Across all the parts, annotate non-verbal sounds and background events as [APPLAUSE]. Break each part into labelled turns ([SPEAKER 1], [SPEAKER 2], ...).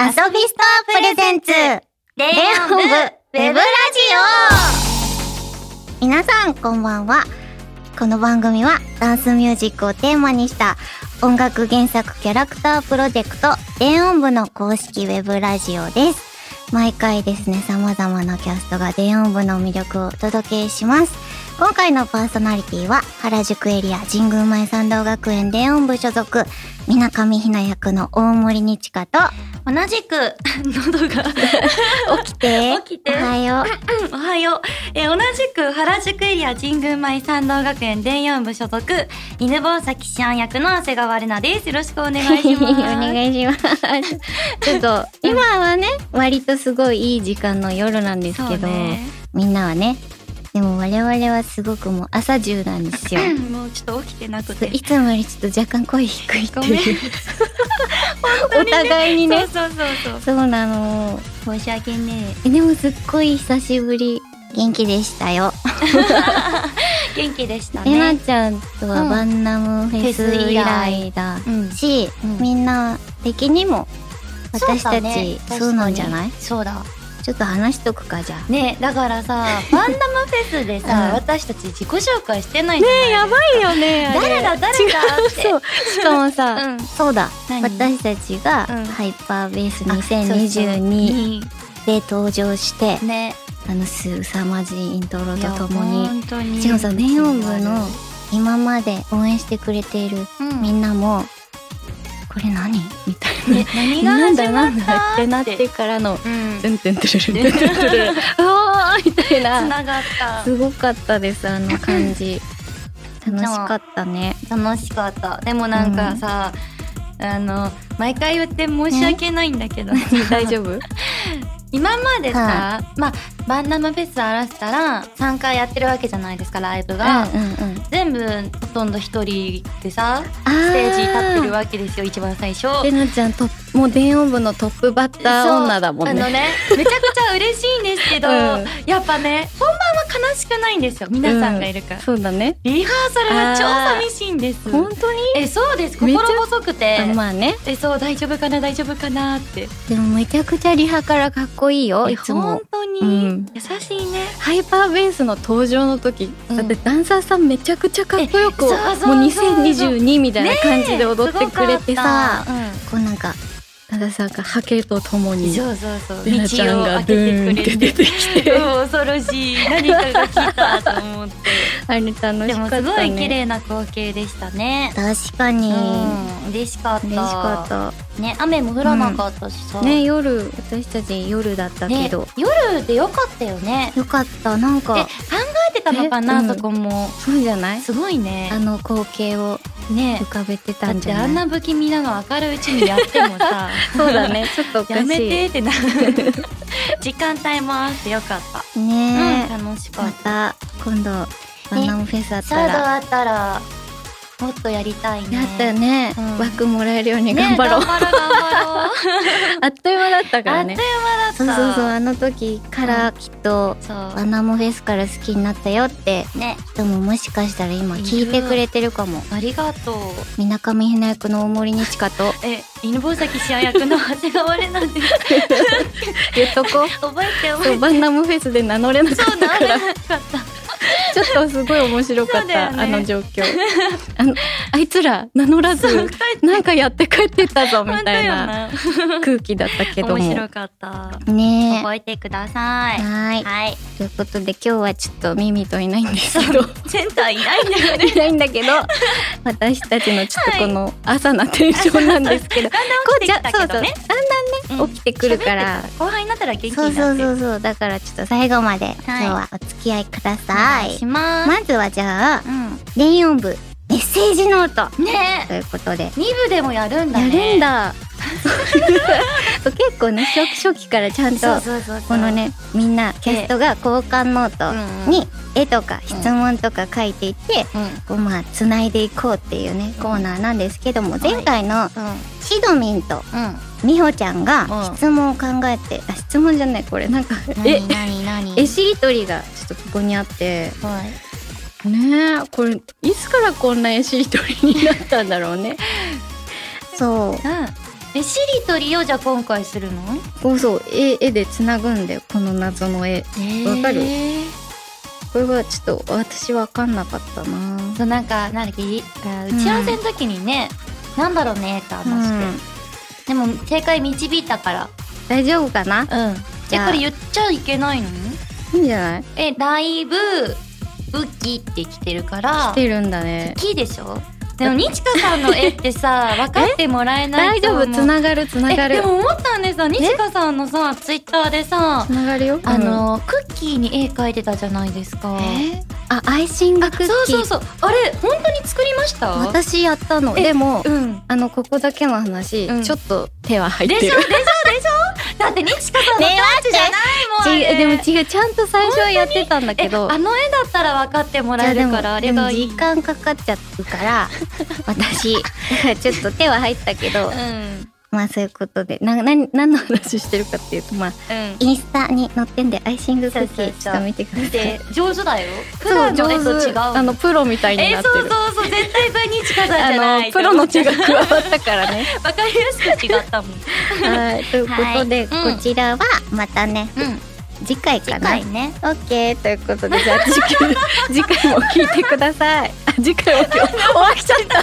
[SPEAKER 1] 遊びストアプレゼンツ
[SPEAKER 2] レ
[SPEAKER 1] レオン部ウェブラジオ皆さんこんばんはこの番組はダンスミュージックをテーマにした音楽原作キャラクタープロジェクト電音部の公式ウェブラジオです毎回ですね様々なキャストが電音部の魅力をお届けします今回のパーソナリティは原宿エリア神宮前参道学園電音部所属みなかみひな役の大森にちかと
[SPEAKER 2] 同じく
[SPEAKER 1] [LAUGHS]
[SPEAKER 2] 喉が
[SPEAKER 1] 起きて
[SPEAKER 2] 起きて
[SPEAKER 1] おはよう
[SPEAKER 2] おはよう、えー同じく原宿エリア神宮前参道学園電四部所属犬坊崎シアン役の長谷川玲奈ですよろしくお願いしま
[SPEAKER 1] [LAUGHS]
[SPEAKER 2] す
[SPEAKER 1] お願いします。ちょっと、今はね、割とすごいいい時間の夜なんです
[SPEAKER 2] そう
[SPEAKER 1] けど、
[SPEAKER 2] ね
[SPEAKER 1] みんなはね、でも我々はすごくもう朝中なんですよ。
[SPEAKER 2] うんもうちょっと起きてなくて
[SPEAKER 1] いつもよりちょっと若干声低いって
[SPEAKER 2] ごめん
[SPEAKER 1] いう。[LAUGHS]
[SPEAKER 2] 当
[SPEAKER 1] お
[SPEAKER 2] にね
[SPEAKER 1] 互いにね。
[SPEAKER 2] そうそうそう
[SPEAKER 1] そうなの。
[SPEAKER 2] そう申し訳ね
[SPEAKER 1] でもすっごい久しぶり。元気でしたよ。
[SPEAKER 2] え元気でした
[SPEAKER 1] えな
[SPEAKER 2] ね
[SPEAKER 1] ちゃんとは
[SPEAKER 2] うん
[SPEAKER 1] バンナムフェ
[SPEAKER 2] フェ
[SPEAKER 1] ス
[SPEAKER 2] ス
[SPEAKER 1] 以
[SPEAKER 2] 以
[SPEAKER 1] 来
[SPEAKER 2] 来
[SPEAKER 1] だ
[SPEAKER 2] うん
[SPEAKER 1] し、
[SPEAKER 2] うん
[SPEAKER 1] みんな的にも私た
[SPEAKER 2] そうだ
[SPEAKER 1] ち、
[SPEAKER 2] ね
[SPEAKER 1] そうなんじゃない
[SPEAKER 2] そうだ
[SPEAKER 1] ちょっと話しとくかじゃあ。
[SPEAKER 2] ねえだから
[SPEAKER 1] [LAUGHS]
[SPEAKER 2] さバンダムフェスでさ、
[SPEAKER 1] うん
[SPEAKER 2] 私たち自己紹介してないじゃない
[SPEAKER 1] やばいよね
[SPEAKER 2] 誰
[SPEAKER 1] [LAUGHS]
[SPEAKER 2] だ誰だって
[SPEAKER 1] そうしかもさ、
[SPEAKER 2] うん
[SPEAKER 1] そうだ
[SPEAKER 2] 何
[SPEAKER 1] 私たちが
[SPEAKER 2] うん
[SPEAKER 1] ハイパーベース
[SPEAKER 2] あ
[SPEAKER 1] 2022
[SPEAKER 2] そう
[SPEAKER 1] で登場して
[SPEAKER 2] そうね
[SPEAKER 1] あの凄まじいイントロ
[SPEAKER 2] い
[SPEAKER 1] と
[SPEAKER 2] や
[SPEAKER 1] ともに
[SPEAKER 2] 本当に
[SPEAKER 1] しかもさ電音部の今まで応援してくれている
[SPEAKER 2] うん
[SPEAKER 1] みんなもこれ何みたい
[SPEAKER 2] ね何
[SPEAKER 1] な
[SPEAKER 2] が
[SPEAKER 1] なんだな
[SPEAKER 2] 始まっ
[SPEAKER 1] ん
[SPEAKER 2] た
[SPEAKER 1] だってなってからの
[SPEAKER 2] うん
[SPEAKER 1] てんてんてるるんてんてるるんうわーみたい
[SPEAKER 2] つ
[SPEAKER 1] な
[SPEAKER 2] ながった
[SPEAKER 1] すごかったですあの感
[SPEAKER 2] [LAUGHS]
[SPEAKER 1] じ楽しかったね
[SPEAKER 2] 楽しかったでもなんかさ、あの毎回言って申し訳ないんだけど、
[SPEAKER 1] [LAUGHS] 大丈夫
[SPEAKER 2] [LAUGHS] 今までさ、
[SPEAKER 1] は
[SPEAKER 2] まあバンダムフェスあらせたら3回やってるわけじゃないですかライブが、
[SPEAKER 1] うんうんうん
[SPEAKER 2] 全部ほとんど一人でさ
[SPEAKER 1] ス
[SPEAKER 2] ステージに立ってるわけですよ一番最初
[SPEAKER 1] レナちゃんともう電音部のトップバッター女だもん
[SPEAKER 2] そうあの
[SPEAKER 1] ね。
[SPEAKER 2] ねめちゃくちゃ嬉しいんですけど、
[SPEAKER 1] [LAUGHS] うん
[SPEAKER 2] やっぱね本番は悲しくないんですよ皆さんがいるから、
[SPEAKER 1] そうだね。
[SPEAKER 2] リハーサルは超寂しいんです
[SPEAKER 1] 本当に？
[SPEAKER 2] えそうです
[SPEAKER 1] めち
[SPEAKER 2] 心
[SPEAKER 1] ゃ
[SPEAKER 2] 細くて
[SPEAKER 1] あまあね。
[SPEAKER 2] えそう大丈夫かな大丈夫かなって
[SPEAKER 1] でもめちゃくちゃリハからかっこいいよ。
[SPEAKER 2] え
[SPEAKER 1] いつも
[SPEAKER 2] 本。当に、
[SPEAKER 1] うん
[SPEAKER 2] 優しいね
[SPEAKER 1] ハイパーベースの登場の時、
[SPEAKER 2] うん
[SPEAKER 1] だってダンサーさんめちゃくちゃかっこよく、
[SPEAKER 2] え
[SPEAKER 1] もう
[SPEAKER 2] そうそう
[SPEAKER 1] 2022みたいな感じで踊ってくれてさ
[SPEAKER 2] す、ごかった
[SPEAKER 1] こうなんかたださんが波形ととも
[SPEAKER 2] うん
[SPEAKER 1] に
[SPEAKER 2] そうそうそう
[SPEAKER 1] レナちゃ
[SPEAKER 2] 道
[SPEAKER 1] ん
[SPEAKER 2] を
[SPEAKER 1] が
[SPEAKER 2] 開
[SPEAKER 1] ドゥーン
[SPEAKER 2] け
[SPEAKER 1] ってて
[SPEAKER 2] くれ
[SPEAKER 1] 出
[SPEAKER 2] [LAUGHS] て
[SPEAKER 1] てきて、
[SPEAKER 2] うん恐ろしい何かが来たと思って
[SPEAKER 1] [LAUGHS] あれ楽し
[SPEAKER 2] で
[SPEAKER 1] か
[SPEAKER 2] も
[SPEAKER 1] った
[SPEAKER 2] す
[SPEAKER 1] ね。
[SPEAKER 2] ごい綺麗な光景でしたね
[SPEAKER 1] 確かに。
[SPEAKER 2] うん嬉しかった
[SPEAKER 1] 嬉しかった。
[SPEAKER 2] ね雨も降らなかったしさ、
[SPEAKER 1] ね夜私たち夜だったけ
[SPEAKER 2] ね
[SPEAKER 1] ど、
[SPEAKER 2] 夜でよかったよね
[SPEAKER 1] よかったなん
[SPEAKER 2] え
[SPEAKER 1] か
[SPEAKER 2] 考えてたのかな、
[SPEAKER 1] えうん
[SPEAKER 2] そこも
[SPEAKER 1] そうじゃない
[SPEAKER 2] すごいね
[SPEAKER 1] あの光景を
[SPEAKER 2] ね
[SPEAKER 1] 浮かべて
[SPEAKER 2] だ
[SPEAKER 1] た
[SPEAKER 2] っ
[SPEAKER 1] んじ
[SPEAKER 2] て
[SPEAKER 1] ゃない
[SPEAKER 2] あんな不気味なの明るいうちにやって
[SPEAKER 1] [LAUGHS]
[SPEAKER 2] もさ
[SPEAKER 1] そうだ [LAUGHS] ねちょっとおかしい
[SPEAKER 2] やめてってな時間帯もあってよかった、
[SPEAKER 1] ねえ、
[SPEAKER 2] うん楽しか
[SPEAKER 1] ま
[SPEAKER 2] った
[SPEAKER 1] た今度バンナムフェスあった
[SPEAKER 2] サード
[SPEAKER 1] ら、
[SPEAKER 2] あったらもっとやりたいね
[SPEAKER 1] やったよね、
[SPEAKER 2] うん
[SPEAKER 1] バックもらえるように頑
[SPEAKER 2] ね
[SPEAKER 1] 張ろう、
[SPEAKER 2] 頑張ろう頑張ろう
[SPEAKER 1] あっという間 [LAUGHS] だったか
[SPEAKER 2] あ
[SPEAKER 1] ら
[SPEAKER 2] っとい
[SPEAKER 1] ね
[SPEAKER 2] う間だった
[SPEAKER 1] そうそうそうあの時からきっと、
[SPEAKER 2] そう
[SPEAKER 1] バンナムフェスから好きになったよって
[SPEAKER 2] ね
[SPEAKER 1] 人ももしかしたら今聞いてくれてるかも
[SPEAKER 2] ありがとう
[SPEAKER 1] みなかみひな役の大森にちかと
[SPEAKER 2] え犬坊崎試合役の長谷川玲奈です
[SPEAKER 1] 言っとこう
[SPEAKER 2] 覚えて
[SPEAKER 1] [LAUGHS]
[SPEAKER 2] 覚
[SPEAKER 1] そ
[SPEAKER 2] え
[SPEAKER 1] うバンナムフェスで名乗れなか
[SPEAKER 2] てそ
[SPEAKER 1] っ
[SPEAKER 2] う [LAUGHS]
[SPEAKER 1] た
[SPEAKER 2] な
[SPEAKER 1] から
[SPEAKER 2] れなかった
[SPEAKER 1] ちょっとすごい面白かっ
[SPEAKER 2] そうだよ
[SPEAKER 1] た、
[SPEAKER 2] ね
[SPEAKER 1] あの状況あのあいつら名乗らずなんかやって帰ってったぞみたいな
[SPEAKER 2] 本
[SPEAKER 1] 空気だったけ
[SPEAKER 2] 当
[SPEAKER 1] ど
[SPEAKER 2] よ
[SPEAKER 1] も
[SPEAKER 2] 面白かった。
[SPEAKER 1] ね
[SPEAKER 2] 覚えてくださ
[SPEAKER 1] え
[SPEAKER 2] い。
[SPEAKER 1] はい
[SPEAKER 2] はい。
[SPEAKER 1] ということで今日はちょっとミミといないんですけど
[SPEAKER 2] センターいないんだよね。
[SPEAKER 1] いないんだけど私たちのちょっとこの朝なテンション [LAUGHS] なんです [LAUGHS] けど、
[SPEAKER 2] だんだん
[SPEAKER 1] こ
[SPEAKER 2] 起
[SPEAKER 1] うじ
[SPEAKER 2] きて
[SPEAKER 1] ゃ
[SPEAKER 2] きた
[SPEAKER 1] そうそう
[SPEAKER 2] け
[SPEAKER 1] だん
[SPEAKER 2] ど
[SPEAKER 1] だんね
[SPEAKER 2] ね。うん
[SPEAKER 1] 起きてくるから、
[SPEAKER 2] 後輩になったら元気にな
[SPEAKER 1] そ
[SPEAKER 2] っ
[SPEAKER 1] う
[SPEAKER 2] て。。
[SPEAKER 1] そうそううそうだからちょっと最後まで今日はお付き合いください、
[SPEAKER 2] します。
[SPEAKER 1] まずはじゃあ
[SPEAKER 2] う
[SPEAKER 1] 電音部メッセージノート
[SPEAKER 2] ん。ね
[SPEAKER 1] ということで
[SPEAKER 2] え。二部でもやるんだ
[SPEAKER 1] や
[SPEAKER 2] ね。
[SPEAKER 1] るんだ。そう結構ね初期初期からちゃん
[SPEAKER 2] そう
[SPEAKER 1] と
[SPEAKER 2] そうそうそう。
[SPEAKER 1] この。ねみんなキャストが交換ノートに絵とか質問とか書いていって
[SPEAKER 2] うん。うん。
[SPEAKER 1] こうまあつないでいこうっていうねコーナーなんですけども前回のシドミンと
[SPEAKER 2] うん。
[SPEAKER 1] みほちゃんが
[SPEAKER 2] うん
[SPEAKER 1] 質問を考えてあ質問じゃないこれなんかえ
[SPEAKER 2] 何何何。
[SPEAKER 1] 絵しりとりがちょっとここにあって
[SPEAKER 2] はい。
[SPEAKER 1] ねえこれいつからこんな絵しりとりになったんだろうね。そう
[SPEAKER 2] うん。えしりとりをじゃあ今回するの
[SPEAKER 3] そうそう絵絵でつなぐんだよこの謎の絵わかる
[SPEAKER 2] えー
[SPEAKER 3] これはちょっと私わかんなかったな
[SPEAKER 2] そうなんかなんだっけいあ打ち合わせの時にね、なんだろうねって話して、
[SPEAKER 3] うん
[SPEAKER 2] でも正解導いたから
[SPEAKER 3] 大丈夫かな
[SPEAKER 2] うん
[SPEAKER 3] じ
[SPEAKER 2] じ
[SPEAKER 3] ゃあ
[SPEAKER 2] これ言っちゃいけないの
[SPEAKER 3] いいんじゃない
[SPEAKER 2] えだいぶ武器ってきてるから
[SPEAKER 3] 来てるんだね
[SPEAKER 2] 木でしょでもにちかさんの絵って [LAUGHS] さ分かってもらえな
[SPEAKER 3] 大
[SPEAKER 2] いと
[SPEAKER 3] 丈
[SPEAKER 2] 思う
[SPEAKER 3] 夫つながるつなが
[SPEAKER 2] えで
[SPEAKER 3] る
[SPEAKER 2] も思ったんでさにちかさんのさツイッターでさ
[SPEAKER 3] つながるよ
[SPEAKER 2] あの、クッキーに絵描いてたじゃないですか
[SPEAKER 3] うんえあアイシングクッキー
[SPEAKER 2] そうそうそうあれ本当に作りました
[SPEAKER 3] 私やったの
[SPEAKER 2] え
[SPEAKER 3] でも
[SPEAKER 2] うん
[SPEAKER 3] あのここだけの話、
[SPEAKER 2] うん
[SPEAKER 3] ちょっと手は入っ
[SPEAKER 2] で
[SPEAKER 3] て
[SPEAKER 2] しょ
[SPEAKER 3] る
[SPEAKER 2] でしょでしょだってにちかさんの
[SPEAKER 3] ねえ
[SPEAKER 2] タッチじゃないもん、
[SPEAKER 3] 違うでも
[SPEAKER 2] あれ
[SPEAKER 3] 違うちゃんと最初はやってたんだけど
[SPEAKER 2] えあの絵だったら分かってもらえるからあ
[SPEAKER 3] で
[SPEAKER 2] れ
[SPEAKER 3] も
[SPEAKER 2] がいい
[SPEAKER 3] 時間かかっちゃうから [LAUGHS] 私だ [LAUGHS] からちょっと手は入ったけど
[SPEAKER 2] うん
[SPEAKER 3] まあそういうことでなな何の話してるかっていうとまあ
[SPEAKER 2] うん
[SPEAKER 3] インスタに載ってんでアイシングクッキ
[SPEAKER 2] そうそう
[SPEAKER 3] ーち
[SPEAKER 2] そう
[SPEAKER 3] ょっと見てください
[SPEAKER 2] で上手だよ普
[SPEAKER 3] そう
[SPEAKER 2] 段の絵と違う
[SPEAKER 3] あのプロみたいに
[SPEAKER 2] え
[SPEAKER 3] なって
[SPEAKER 2] そう
[SPEAKER 3] る、
[SPEAKER 2] そうそう絶対分に近さんじゃ
[SPEAKER 3] あ
[SPEAKER 2] ない
[SPEAKER 3] のプロの血が加わったからね
[SPEAKER 2] わかりやすく違ったもん
[SPEAKER 3] [LAUGHS] はいということで、
[SPEAKER 2] はいうん
[SPEAKER 3] こちらはまたね
[SPEAKER 2] うん
[SPEAKER 3] 次回か
[SPEAKER 2] 次
[SPEAKER 3] な
[SPEAKER 2] 回ね
[SPEAKER 3] オッケーということでじゃあ次回次回も聞いてくださいあ次回も今日終わっちゃったど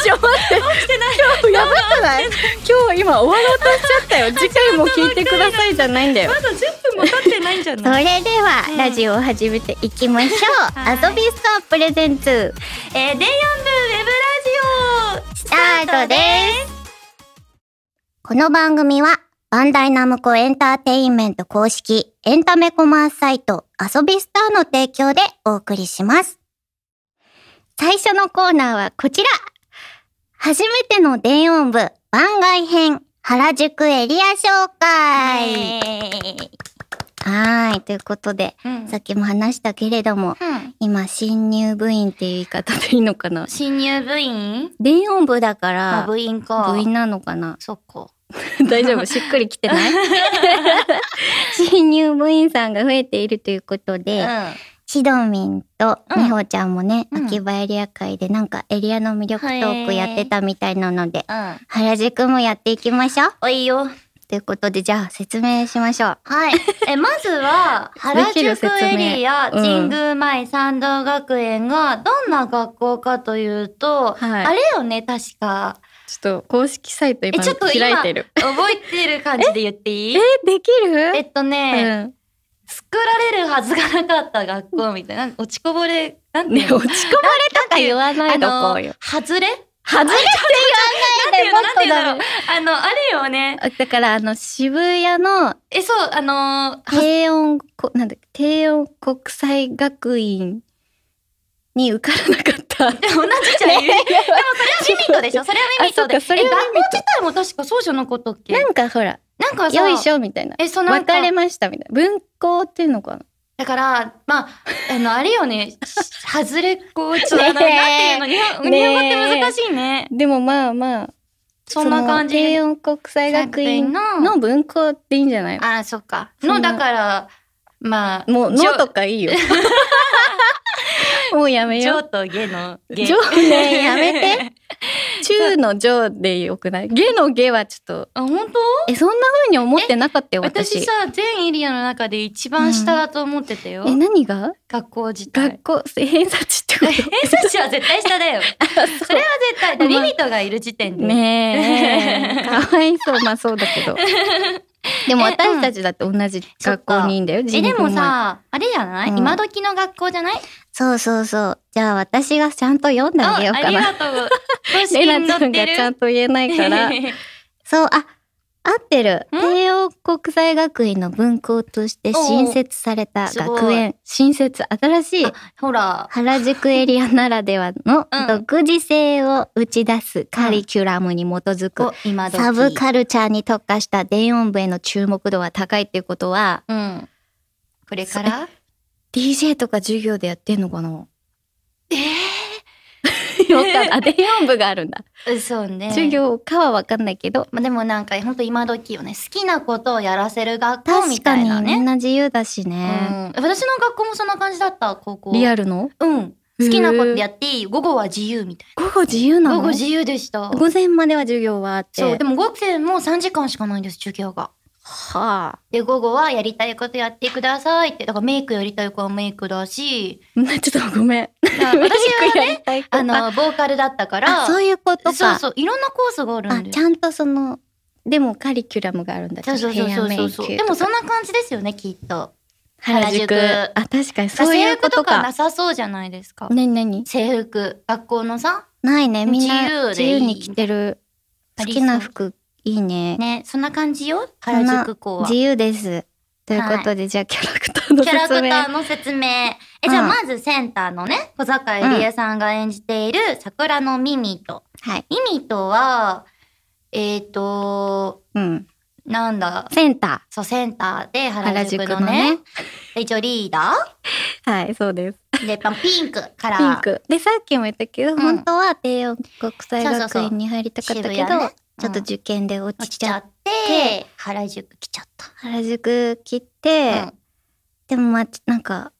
[SPEAKER 3] うしよう待って今日やばくない今日今終わろうとしちゃったよ次回も聞いてくださいじゃないんだよ
[SPEAKER 2] まだ10分も経ってないんじゃ
[SPEAKER 1] そ
[SPEAKER 2] ない
[SPEAKER 1] れでは、
[SPEAKER 2] うん
[SPEAKER 1] ラジオを始めていきましょう、
[SPEAKER 2] は
[SPEAKER 1] ア
[SPEAKER 2] い
[SPEAKER 1] ドビストアプレゼンツ
[SPEAKER 2] えー、電音部ウェブラジオス
[SPEAKER 1] タートですこの番組は、バンダイナムコエンターテインメント公式エンタメコマースサイト、遊びスターの提供でお送りします。最初のコーナーはこちら初めての電音部番外編原宿エリア紹介はーい、ということで、
[SPEAKER 2] うん
[SPEAKER 1] さっきも話したけれども、
[SPEAKER 2] うん
[SPEAKER 1] 今、新入部員っていう言い方でいいのかな
[SPEAKER 2] 新入部員
[SPEAKER 1] 電音部だか
[SPEAKER 2] まあ
[SPEAKER 1] ら、
[SPEAKER 2] 部員か
[SPEAKER 1] 部員なのかな
[SPEAKER 2] そっか
[SPEAKER 3] [LAUGHS] 大丈夫しっくりきてない
[SPEAKER 1] [LAUGHS] 新入部員さんが増えているということ
[SPEAKER 2] う
[SPEAKER 1] で、
[SPEAKER 2] ん
[SPEAKER 1] シドミンと
[SPEAKER 2] うん
[SPEAKER 1] みほちゃんもね、
[SPEAKER 2] うん
[SPEAKER 1] 秋葉エリア会でなんかエリアの魅力トークやってたみたいなので、
[SPEAKER 2] うん
[SPEAKER 1] 原宿もやっていきましょう。
[SPEAKER 2] おいよ
[SPEAKER 1] ということで、じゃあ説明しましょう。
[SPEAKER 2] はい。え、まずは、
[SPEAKER 3] [LAUGHS]
[SPEAKER 2] 原宿
[SPEAKER 3] で
[SPEAKER 2] エリア、
[SPEAKER 3] きる説明うん
[SPEAKER 2] 神宮前三道学園が、どんな学校かというと、
[SPEAKER 3] はい
[SPEAKER 2] あれよね、確か。
[SPEAKER 3] ちょっと公式サイト
[SPEAKER 2] え、
[SPEAKER 3] 今
[SPEAKER 2] ちょっと
[SPEAKER 3] 開い
[SPEAKER 2] 今、
[SPEAKER 3] てる
[SPEAKER 2] 覚えてる感じで言ってい
[SPEAKER 3] [LAUGHS]
[SPEAKER 2] い
[SPEAKER 3] えできる
[SPEAKER 2] えっとね、作られるはずがなかった学校みたいな、なんか落ちこぼれ、なん
[SPEAKER 3] うん、
[SPEAKER 2] てい
[SPEAKER 3] ね
[SPEAKER 2] う
[SPEAKER 3] 落
[SPEAKER 2] の
[SPEAKER 3] ちこぼれとか言わないとこうよ
[SPEAKER 2] 外れ
[SPEAKER 3] 外れって
[SPEAKER 2] なんていうのなん
[SPEAKER 3] 言
[SPEAKER 2] ていう
[SPEAKER 3] わないで
[SPEAKER 2] の
[SPEAKER 3] もっと
[SPEAKER 2] あの、あれよね。
[SPEAKER 3] だめだからあの渋谷の
[SPEAKER 2] え、そう、あのー、は
[SPEAKER 3] 低音こなんだっけ低音国際学院に受からなかった。
[SPEAKER 2] 同じじゃん。
[SPEAKER 3] [LAUGHS]
[SPEAKER 2] でもそれはビビットでしょそれはビビットで。
[SPEAKER 3] あそうかそれはビビ
[SPEAKER 2] え
[SPEAKER 3] ッ
[SPEAKER 2] 学校自体も確かそうじゃなかったっ
[SPEAKER 3] [LAUGHS]
[SPEAKER 2] け
[SPEAKER 3] なんかほら、
[SPEAKER 2] なんかさ、
[SPEAKER 3] よいしょみたいな。
[SPEAKER 2] え、そうなん
[SPEAKER 3] 別
[SPEAKER 2] か、
[SPEAKER 3] れましたみたいな。文校っていうのかな。
[SPEAKER 2] だから、まあ、あの、あれ
[SPEAKER 3] [LAUGHS]
[SPEAKER 2] よね、ハズレっ子、ちょっと、
[SPEAKER 3] ねえ
[SPEAKER 2] なんていうの、日
[SPEAKER 3] ね
[SPEAKER 2] 本日
[SPEAKER 3] え
[SPEAKER 2] 本語って難しいね。
[SPEAKER 3] でもまあまあ、
[SPEAKER 2] そんな感じ
[SPEAKER 3] その低音国際学院
[SPEAKER 2] の、
[SPEAKER 3] の文校っていいんじゃない
[SPEAKER 2] あそっか。
[SPEAKER 3] そ
[SPEAKER 2] の、
[SPEAKER 3] んな
[SPEAKER 2] だから、まあ、
[SPEAKER 3] もう、
[SPEAKER 2] じょ
[SPEAKER 3] のとかいいよ。 [LAUGHS] もうやめ
[SPEAKER 2] ジョ
[SPEAKER 3] よ
[SPEAKER 2] ーとゲの、
[SPEAKER 3] う。
[SPEAKER 2] ゲ
[SPEAKER 3] 上ね、やめて。。中の上でよくない下の下はちょっと、
[SPEAKER 2] [LAUGHS] あ、本当
[SPEAKER 3] え、そんな風に思ってなかったよ、私。
[SPEAKER 2] 私さ、全エリアの中で一番下だと思ってたよ。
[SPEAKER 3] え、何が
[SPEAKER 2] 学校自体。
[SPEAKER 3] 学校、偏差値ってこと
[SPEAKER 2] 偏差値は絶対下だよ。それは絶対、リミットがいる時点で。
[SPEAKER 3] ねえ、
[SPEAKER 2] [LAUGHS]
[SPEAKER 3] かわいそう、まあそうだ
[SPEAKER 1] [LAUGHS]
[SPEAKER 3] けど。でも私たちだって同じ学校にいいんだよ、
[SPEAKER 2] え、
[SPEAKER 3] 人
[SPEAKER 2] で
[SPEAKER 3] 口
[SPEAKER 2] もさ、あれじゃない、
[SPEAKER 3] うん
[SPEAKER 2] 今時の学校じゃない
[SPEAKER 1] そうそうそう。じゃあ私がちゃんと読んで
[SPEAKER 2] あ
[SPEAKER 1] あげようか
[SPEAKER 2] あり
[SPEAKER 1] な。
[SPEAKER 2] がとう。公式
[SPEAKER 3] レ
[SPEAKER 2] に
[SPEAKER 3] ナちゃ
[SPEAKER 2] 載っ
[SPEAKER 3] ん
[SPEAKER 2] て
[SPEAKER 3] が
[SPEAKER 2] る。。
[SPEAKER 3] ちゃんと言えないから
[SPEAKER 1] [LAUGHS] そう、あ、合ってる。
[SPEAKER 2] ん
[SPEAKER 1] 帝王国際学院の分校として新設された
[SPEAKER 2] おーす
[SPEAKER 1] 学
[SPEAKER 2] ご
[SPEAKER 1] 園、新設、新しい
[SPEAKER 2] [LAUGHS] ほら。
[SPEAKER 1] 原宿エリアならではの
[SPEAKER 2] うん
[SPEAKER 1] 独自性を打ち出すカリキュラムに基づく、
[SPEAKER 2] お今時
[SPEAKER 1] サブカルチャーに特化した電音部への注目度は高いっていうことは、
[SPEAKER 2] うん。これから。
[SPEAKER 1] DJ とか授業でやってんのかな
[SPEAKER 2] え
[SPEAKER 3] わか
[SPEAKER 1] [LAUGHS]
[SPEAKER 3] ん
[SPEAKER 2] [LAUGHS]
[SPEAKER 3] ないあ、電音部があるんだ。
[SPEAKER 2] えそうね。
[SPEAKER 3] 授。業かはわかんないけど。
[SPEAKER 2] まあ、でもなんか本当今時よね。好きなことをやらせる学校み
[SPEAKER 1] 確
[SPEAKER 2] た
[SPEAKER 1] か
[SPEAKER 2] い
[SPEAKER 1] に
[SPEAKER 2] な
[SPEAKER 1] みん
[SPEAKER 2] ね。
[SPEAKER 1] な自由だし
[SPEAKER 2] う
[SPEAKER 1] ね。
[SPEAKER 2] ん、私の学校もそんな感じだった高校
[SPEAKER 3] リアルの
[SPEAKER 2] うん好きなことやっていい午後は自由みたい
[SPEAKER 3] 午後自由な
[SPEAKER 2] な
[SPEAKER 3] の
[SPEAKER 2] 午後自由でした
[SPEAKER 3] 午前までは授業はあって
[SPEAKER 2] そうでも午前も3時間しかないんです授業が
[SPEAKER 3] はあ
[SPEAKER 2] で午後はやりたいことやってくださいってだからメイクやりたい子はメイクだし
[SPEAKER 3] なちょっとごめん
[SPEAKER 1] [LAUGHS]
[SPEAKER 2] だから私はね
[SPEAKER 3] ね
[SPEAKER 2] あのボーカルだったから
[SPEAKER 1] あ、そういうことか。
[SPEAKER 2] そうそういろんなコースがある
[SPEAKER 1] あ、
[SPEAKER 2] んで
[SPEAKER 1] ちゃんとその、
[SPEAKER 3] でもカリキュラムがあるんだ
[SPEAKER 2] そうそうそうそうそうそうでもそん
[SPEAKER 3] の
[SPEAKER 2] な感じですよねきっと
[SPEAKER 3] 原宿
[SPEAKER 2] 原宿
[SPEAKER 3] あ確かに
[SPEAKER 2] そ
[SPEAKER 3] そうう
[SPEAKER 2] い
[SPEAKER 3] いうう
[SPEAKER 2] こ
[SPEAKER 3] ことと
[SPEAKER 2] が
[SPEAKER 3] か
[SPEAKER 2] なさそうじゃないですか
[SPEAKER 3] 何何
[SPEAKER 2] 制服学校のさ
[SPEAKER 1] ないね。みんな
[SPEAKER 2] 自由で
[SPEAKER 1] 自
[SPEAKER 2] いい
[SPEAKER 1] 由に着てる。
[SPEAKER 2] あ
[SPEAKER 1] 好
[SPEAKER 2] り
[SPEAKER 1] き
[SPEAKER 2] そう
[SPEAKER 1] な服、いいね。
[SPEAKER 2] ねそんな感じよ原宿校は
[SPEAKER 1] 自由です。ということで、じゃあキャラクターの
[SPEAKER 2] キャラ
[SPEAKER 1] 説
[SPEAKER 2] ク
[SPEAKER 1] 明。
[SPEAKER 2] ターの説明。え、じゃあ
[SPEAKER 1] うん
[SPEAKER 2] まずセンターのね、小坂入江さんが演じている桜のミミと。
[SPEAKER 1] はい。
[SPEAKER 2] ミミとは、えっ、と、
[SPEAKER 1] うん。
[SPEAKER 2] なんだ、
[SPEAKER 1] センタ
[SPEAKER 2] そう、センターで原宿の
[SPEAKER 3] 原宿の
[SPEAKER 2] ね、
[SPEAKER 3] ね
[SPEAKER 2] 一応リーダ
[SPEAKER 3] 々はいそうです
[SPEAKER 2] ーで、まあピンクか
[SPEAKER 3] ピン
[SPEAKER 2] ら
[SPEAKER 3] クでさっきも言ったけど、
[SPEAKER 2] ん
[SPEAKER 3] 本当は帝王国際
[SPEAKER 2] そうそ
[SPEAKER 3] 学
[SPEAKER 2] うそう
[SPEAKER 3] 院に入りたかったけど
[SPEAKER 2] 渋谷ね
[SPEAKER 1] ー。ちょっと受験で落
[SPEAKER 2] 落
[SPEAKER 1] ちち
[SPEAKER 2] ちちゃ
[SPEAKER 1] ゃっ
[SPEAKER 2] って、原宿来ちゃった。
[SPEAKER 1] 原宿来て、
[SPEAKER 2] うん
[SPEAKER 1] でもまあ、なんか、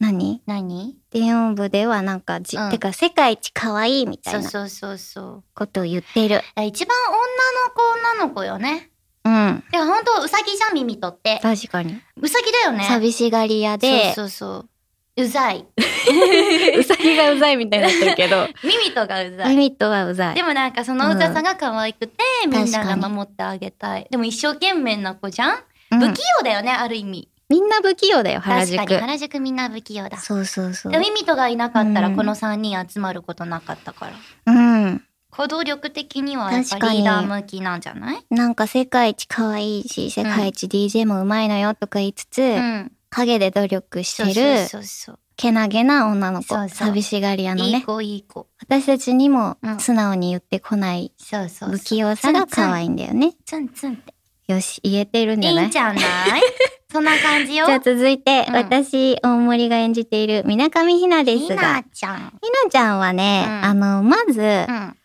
[SPEAKER 1] 何
[SPEAKER 2] 何
[SPEAKER 1] 電音部ではなんかじ、
[SPEAKER 2] うん
[SPEAKER 1] てか世界一可愛いみた
[SPEAKER 2] そう
[SPEAKER 1] いな
[SPEAKER 2] そうそうそう。
[SPEAKER 1] ことを言っている。
[SPEAKER 2] え一番女の子女の子よね。
[SPEAKER 1] うん。
[SPEAKER 2] で、ほんと、うさぎじゃん、ミミとって。
[SPEAKER 1] 確かに。
[SPEAKER 2] うさぎだよね。
[SPEAKER 1] 寂しがり屋で、
[SPEAKER 2] そうそうそう。うざい。
[SPEAKER 1] [LAUGHS]
[SPEAKER 3] うさぎがうざいみたいになってるけど
[SPEAKER 2] ミミとがうざい
[SPEAKER 1] リ。ミットはうざい
[SPEAKER 2] で。もなんかそのうざさが可愛くて、
[SPEAKER 1] ん
[SPEAKER 2] みんなが
[SPEAKER 1] 確かに
[SPEAKER 2] 守ってあげたい。でも一生懸命な子じゃん、
[SPEAKER 1] うん
[SPEAKER 2] 不器用だよね、ある意味。
[SPEAKER 1] みんな不器用だよ、原宿
[SPEAKER 2] 確。かに原宿みんな不器用だ。
[SPEAKER 1] そうそうそう
[SPEAKER 2] で。ミミトがいなかったら
[SPEAKER 1] うん
[SPEAKER 2] この3人集まることなかったから。
[SPEAKER 1] うん。
[SPEAKER 2] 行動力的にはやっぱ
[SPEAKER 1] 確かに
[SPEAKER 2] リーダー向きなんじゃない
[SPEAKER 1] なんか世界一可愛いし、世界一 DJ もうまいのよとか言いつつ、
[SPEAKER 2] うん。
[SPEAKER 1] 影で努力し
[SPEAKER 2] そう
[SPEAKER 1] て
[SPEAKER 2] そう
[SPEAKER 1] る、
[SPEAKER 2] そうそう。
[SPEAKER 1] けなげな女の子。
[SPEAKER 2] そうそう
[SPEAKER 1] 寂しがり屋の
[SPEAKER 2] いい
[SPEAKER 1] ね。
[SPEAKER 2] 子いい子。
[SPEAKER 1] 私たちにも
[SPEAKER 2] うん
[SPEAKER 1] 素直に言ってこない
[SPEAKER 2] そうそうそ
[SPEAKER 1] 不
[SPEAKER 2] う。
[SPEAKER 1] 器用さが可愛いんだよね。
[SPEAKER 2] ツンツンって。
[SPEAKER 1] よし、言えてるん
[SPEAKER 2] い
[SPEAKER 1] じゃないい
[SPEAKER 2] んじゃない [LAUGHS] そんな感じよ。
[SPEAKER 1] じゃあ続いて、
[SPEAKER 2] うん
[SPEAKER 1] 私、大森が演じている水上ひなで
[SPEAKER 2] ひ
[SPEAKER 1] すが
[SPEAKER 2] な、ちゃん。
[SPEAKER 1] ひなちゃんはね、
[SPEAKER 2] うん
[SPEAKER 1] あの、まず、
[SPEAKER 2] うん。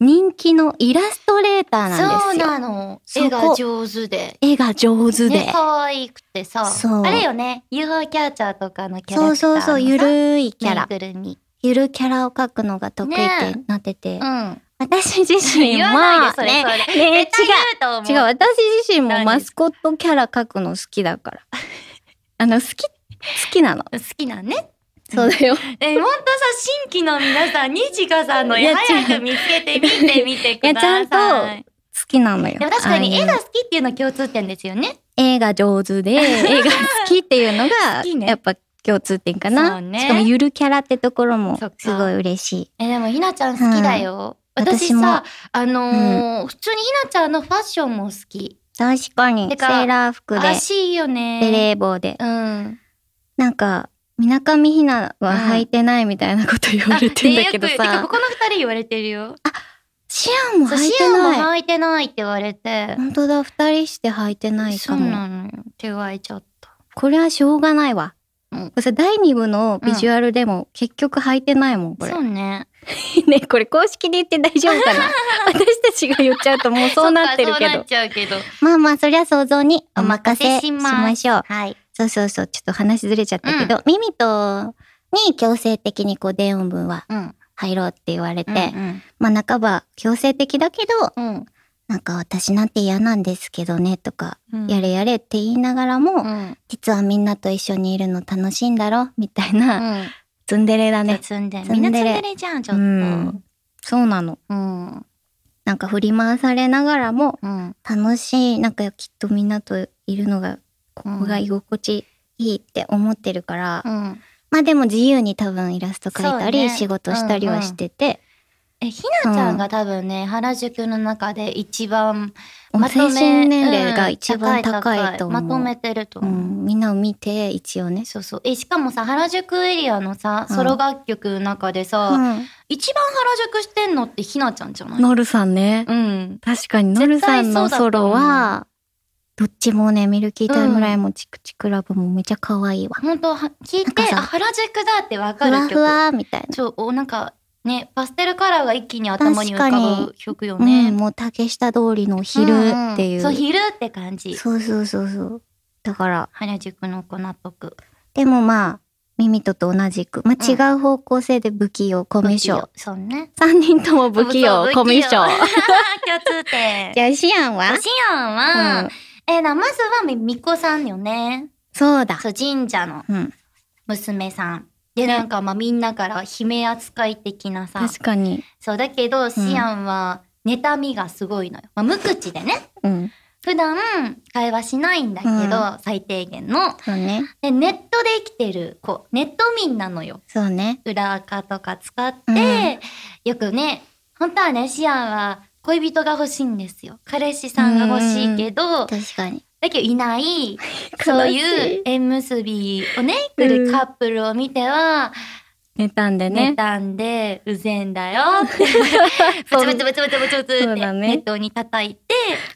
[SPEAKER 1] 人気のイラストレーターなん
[SPEAKER 2] そう
[SPEAKER 1] ですよ。
[SPEAKER 2] なの。
[SPEAKER 1] そこ
[SPEAKER 2] 絵が上手で。
[SPEAKER 1] 絵が上手で。
[SPEAKER 2] ね、可愛くてさ
[SPEAKER 1] そう
[SPEAKER 2] あれよね UFO キャッチャーとかのキャラクター
[SPEAKER 1] そ
[SPEAKER 2] の
[SPEAKER 1] う
[SPEAKER 2] さ
[SPEAKER 1] そうそう、ゆるいキャラ。
[SPEAKER 2] ぬいぐるみ
[SPEAKER 1] ゆるキャラを描くのが得意ってなってて。
[SPEAKER 2] うん
[SPEAKER 1] 私自身
[SPEAKER 2] 言
[SPEAKER 1] も、
[SPEAKER 2] わないでそれ、
[SPEAKER 1] ね、
[SPEAKER 2] それ
[SPEAKER 1] ね
[SPEAKER 2] 絶対言うと思う
[SPEAKER 1] 違う、私自身も
[SPEAKER 2] 何
[SPEAKER 1] マスコットキャラ描くの好きだから。あの、好き、好きなの。
[SPEAKER 2] 好きなんね
[SPEAKER 3] そうだよ
[SPEAKER 2] えほんとさ新規の皆さんにちかさんの
[SPEAKER 1] い
[SPEAKER 2] 絵
[SPEAKER 1] や違う
[SPEAKER 2] 早く見つけて見てみてください
[SPEAKER 1] いやちゃん好きなのよ。
[SPEAKER 2] でも確かに絵
[SPEAKER 1] あ
[SPEAKER 2] が
[SPEAKER 1] あいう
[SPEAKER 2] 好きっていうの共通点ですよね
[SPEAKER 1] 絵が上手で、絵が好きっていうの
[SPEAKER 2] [LAUGHS] 好
[SPEAKER 1] が
[SPEAKER 2] き、ね
[SPEAKER 1] やっぱ共通点か
[SPEAKER 2] そう
[SPEAKER 1] な。
[SPEAKER 2] ね
[SPEAKER 1] しかもゆるキャラってところも
[SPEAKER 2] そっか、
[SPEAKER 1] すごい嬉しい。
[SPEAKER 2] えでもひなちゃん好きだよ、
[SPEAKER 1] うん
[SPEAKER 2] 私
[SPEAKER 1] 私も
[SPEAKER 2] さあのー普通にひなちゃんのファッションも好き
[SPEAKER 1] 確かに、
[SPEAKER 2] て
[SPEAKER 1] セ
[SPEAKER 2] か
[SPEAKER 1] ーラー服で
[SPEAKER 2] ら、しいよね
[SPEAKER 1] ベレー帽で。
[SPEAKER 2] うん
[SPEAKER 1] なんか、みなかみひなは履いてないみたいなこと言われてんだけど
[SPEAKER 2] あでよくてか
[SPEAKER 1] さ
[SPEAKER 2] こ。この二人言われてるよ。
[SPEAKER 1] シアンも
[SPEAKER 2] そう
[SPEAKER 1] 履い
[SPEAKER 2] シ
[SPEAKER 1] て
[SPEAKER 2] アンも
[SPEAKER 1] ない。
[SPEAKER 2] 履いてないって言われて。
[SPEAKER 1] 本当だ、二人して履いてない
[SPEAKER 2] そ
[SPEAKER 1] か
[SPEAKER 2] う
[SPEAKER 1] も。
[SPEAKER 2] なのよ。手が空いちゃった。
[SPEAKER 1] これはしょうがないわ。
[SPEAKER 2] うん
[SPEAKER 1] これさ、第2部のビジュアルでも結局履いてないもん、これ
[SPEAKER 2] そ。うね。
[SPEAKER 1] [LAUGHS] ね、これ公式で言って大丈夫か
[SPEAKER 2] [LAUGHS]
[SPEAKER 1] な私たちが言っちゃうともうそうなってるけ
[SPEAKER 2] そうかそうな
[SPEAKER 1] ど
[SPEAKER 2] っ。ちゃうけど。
[SPEAKER 1] まあまあ、そりゃ想像にお任せ
[SPEAKER 2] お任せし
[SPEAKER 1] し
[SPEAKER 2] ます
[SPEAKER 1] ましょう。
[SPEAKER 2] はい。
[SPEAKER 1] そうそうそう、ちょっと話ずれちゃったけど、ミミとに強制的にこう、電音部は
[SPEAKER 2] うん。
[SPEAKER 1] 入ろうって言われて、
[SPEAKER 2] うん
[SPEAKER 1] まあ半ば強制的だけど、
[SPEAKER 2] うん。
[SPEAKER 1] なんか私なんて嫌なんですけどねとか、
[SPEAKER 2] うん
[SPEAKER 1] やれやれって言いながらも、
[SPEAKER 2] うん。
[SPEAKER 1] 実はみんなと一緒にいるの楽しいんだろみたいうな、
[SPEAKER 2] ん。
[SPEAKER 1] ツンデレだ
[SPEAKER 2] ね、
[SPEAKER 1] ね。
[SPEAKER 2] 積んで
[SPEAKER 1] ツン
[SPEAKER 2] み
[SPEAKER 1] デレ
[SPEAKER 2] んな積んでれじゃん、ちょっ
[SPEAKER 1] う
[SPEAKER 2] と。うんん。。
[SPEAKER 1] そうなの。
[SPEAKER 2] うん。
[SPEAKER 1] なんか振り回されながらも、
[SPEAKER 2] うん。
[SPEAKER 1] 楽しい、なんかきっとみんなといるのが、ここが居心地いいって思ってるから、まあでも自由に多分イラスト描いたり、
[SPEAKER 2] そうね
[SPEAKER 1] 仕事したりはしてて、
[SPEAKER 2] え、ひなちゃんが多分ね、原宿の中で一番、
[SPEAKER 1] もう
[SPEAKER 2] まとめ
[SPEAKER 1] 精神年齢が一番高いと思う。
[SPEAKER 2] まとめてると
[SPEAKER 1] う
[SPEAKER 2] 思う。
[SPEAKER 1] ん、みんなを見て、一応ね。
[SPEAKER 2] そうそう。え、しかもさ、原宿エリアのさ、
[SPEAKER 1] うん
[SPEAKER 2] ソロ楽曲の中でさ、
[SPEAKER 1] うん
[SPEAKER 2] 一番原宿してんのってひなちゃんじゃない
[SPEAKER 1] ノルさんね。
[SPEAKER 2] うん。
[SPEAKER 1] 確かにノルさんのソロは、どっちもね、ミルキータイムラインもチクチクラブもめちゃ可愛いわ。
[SPEAKER 2] 本当は聞い
[SPEAKER 1] なん
[SPEAKER 2] て、
[SPEAKER 1] かさ
[SPEAKER 2] あ、原宿だってわか
[SPEAKER 1] ふ
[SPEAKER 2] る
[SPEAKER 1] わ
[SPEAKER 2] 曲。
[SPEAKER 1] ふわみたい
[SPEAKER 2] そう、おなんか、ね、パステルカラーが一気に頭に浮か
[SPEAKER 1] 確か
[SPEAKER 2] ぶ曲よ
[SPEAKER 1] な。ね、
[SPEAKER 2] ね。
[SPEAKER 1] もう竹下通りの昼っていう。
[SPEAKER 2] んんそう、昼って感じ。
[SPEAKER 1] そうそうそうそう。だから、
[SPEAKER 2] 原宿の子納得。
[SPEAKER 1] でもまあ、ミトと同じく、まあ、違う方向性で不器用、コミュ障。
[SPEAKER 2] そうね。
[SPEAKER 1] 三人とも不器用、コミュ障。
[SPEAKER 2] [LAUGHS] 共通点。
[SPEAKER 1] [LAUGHS] じゃあ、シアンは
[SPEAKER 2] シオンは、
[SPEAKER 1] うん
[SPEAKER 2] えーなまずはみみこさんよね。
[SPEAKER 1] そうだ。
[SPEAKER 2] そう、神社の
[SPEAKER 1] うん。
[SPEAKER 2] 娘さん。で、なんか、まあ、みんなから姫扱い的なさ。
[SPEAKER 1] 確かに。
[SPEAKER 2] そう、だけど、シアンは、妬みがすごいのよ。まあ、無口でね。
[SPEAKER 1] うん。
[SPEAKER 2] 普段、会話しないんだけど、
[SPEAKER 1] う
[SPEAKER 2] 最低限の。
[SPEAKER 1] そうね。
[SPEAKER 2] で、ネットで生きてる子、ネット民なのよ。
[SPEAKER 1] そうね。
[SPEAKER 2] 裏垢とか使って、
[SPEAKER 1] うん
[SPEAKER 2] よくね、本当はね、シアンは、恋人が欲しいんですよ。彼氏さんが欲しいけど、だ
[SPEAKER 1] 確かに。
[SPEAKER 2] けどいない、そういう縁結びをね、来るカップルを見ては、
[SPEAKER 3] 妬んでね。
[SPEAKER 2] 妬んで、うぜん
[SPEAKER 3] [LAUGHS]
[SPEAKER 2] だよって、ブツブツブツブツブツブツって
[SPEAKER 3] そうだね
[SPEAKER 2] ネットに叩いて、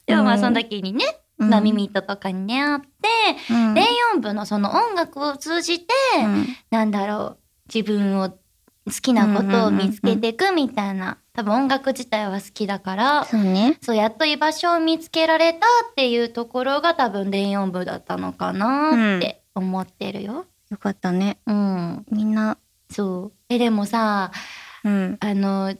[SPEAKER 2] でもまあ
[SPEAKER 3] うん
[SPEAKER 2] その時にね、
[SPEAKER 1] うん
[SPEAKER 2] まあミミットとかにね、会って、
[SPEAKER 1] うん
[SPEAKER 2] レイオン部のその音楽を通じて、
[SPEAKER 1] うん
[SPEAKER 2] なんだろう、自分を好きなことを見つけていくみたいな、多分音楽自体は好きだから、
[SPEAKER 1] そうね。
[SPEAKER 2] そうやっと居場所を見つけられたっていうところが多分レイオン部だったのかなって思ってるよ。
[SPEAKER 1] よかったね。
[SPEAKER 2] うん、
[SPEAKER 1] みんな。
[SPEAKER 2] そう。え、でもさ、
[SPEAKER 1] うん。
[SPEAKER 2] あの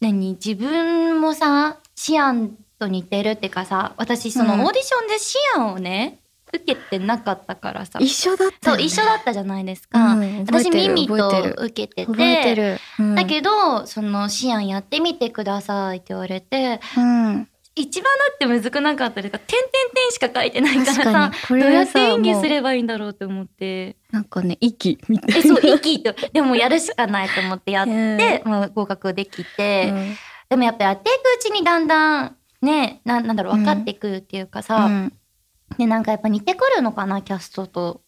[SPEAKER 2] 何自分もさシアンと似てるってかさ私その
[SPEAKER 1] うん
[SPEAKER 2] オーディションでシアンをね、受けてなかったからさ
[SPEAKER 3] 一緒だった
[SPEAKER 2] そ
[SPEAKER 3] よ
[SPEAKER 2] う
[SPEAKER 3] ね。
[SPEAKER 2] 一緒だったじゃないですか、
[SPEAKER 1] うん覚え
[SPEAKER 2] 私
[SPEAKER 1] て
[SPEAKER 2] ミ
[SPEAKER 1] る
[SPEAKER 2] ミと
[SPEAKER 1] 覚えてる
[SPEAKER 2] 受けてて
[SPEAKER 1] 覚えてる。うん
[SPEAKER 2] だけどそのシアンやってみてくださいって言われて
[SPEAKER 1] うん。
[SPEAKER 2] 一番だってむずくなかったですか点々点しか書いてないから
[SPEAKER 1] 確か
[SPEAKER 2] さ
[SPEAKER 1] に。こ
[SPEAKER 2] どう
[SPEAKER 1] れ
[SPEAKER 2] や
[SPEAKER 1] は
[SPEAKER 2] って
[SPEAKER 1] さ、
[SPEAKER 2] 演技
[SPEAKER 1] もう
[SPEAKER 2] す、ればいいんだろうって思って
[SPEAKER 1] なんかね、息みたいな。
[SPEAKER 2] えそう息とでもやるしかないと思ってや
[SPEAKER 1] [LAUGHS]
[SPEAKER 2] っ
[SPEAKER 1] うん
[SPEAKER 2] て、もう合格できて、
[SPEAKER 1] うん
[SPEAKER 2] でもやっぱやっていくうちにだんだんねななんだろう分かってくるっていうかさ、
[SPEAKER 1] うん
[SPEAKER 2] でなんかやっぱ似てくるのかなキャストと。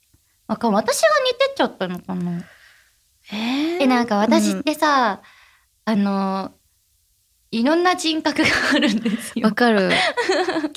[SPEAKER 2] わかん私が似てっちゃったのかな。
[SPEAKER 1] え
[SPEAKER 2] でなんか私っ
[SPEAKER 1] うん
[SPEAKER 2] てさ、あのいろんな人格があるんです
[SPEAKER 1] わ
[SPEAKER 2] よ。
[SPEAKER 1] か
[SPEAKER 2] [LAUGHS]
[SPEAKER 1] る。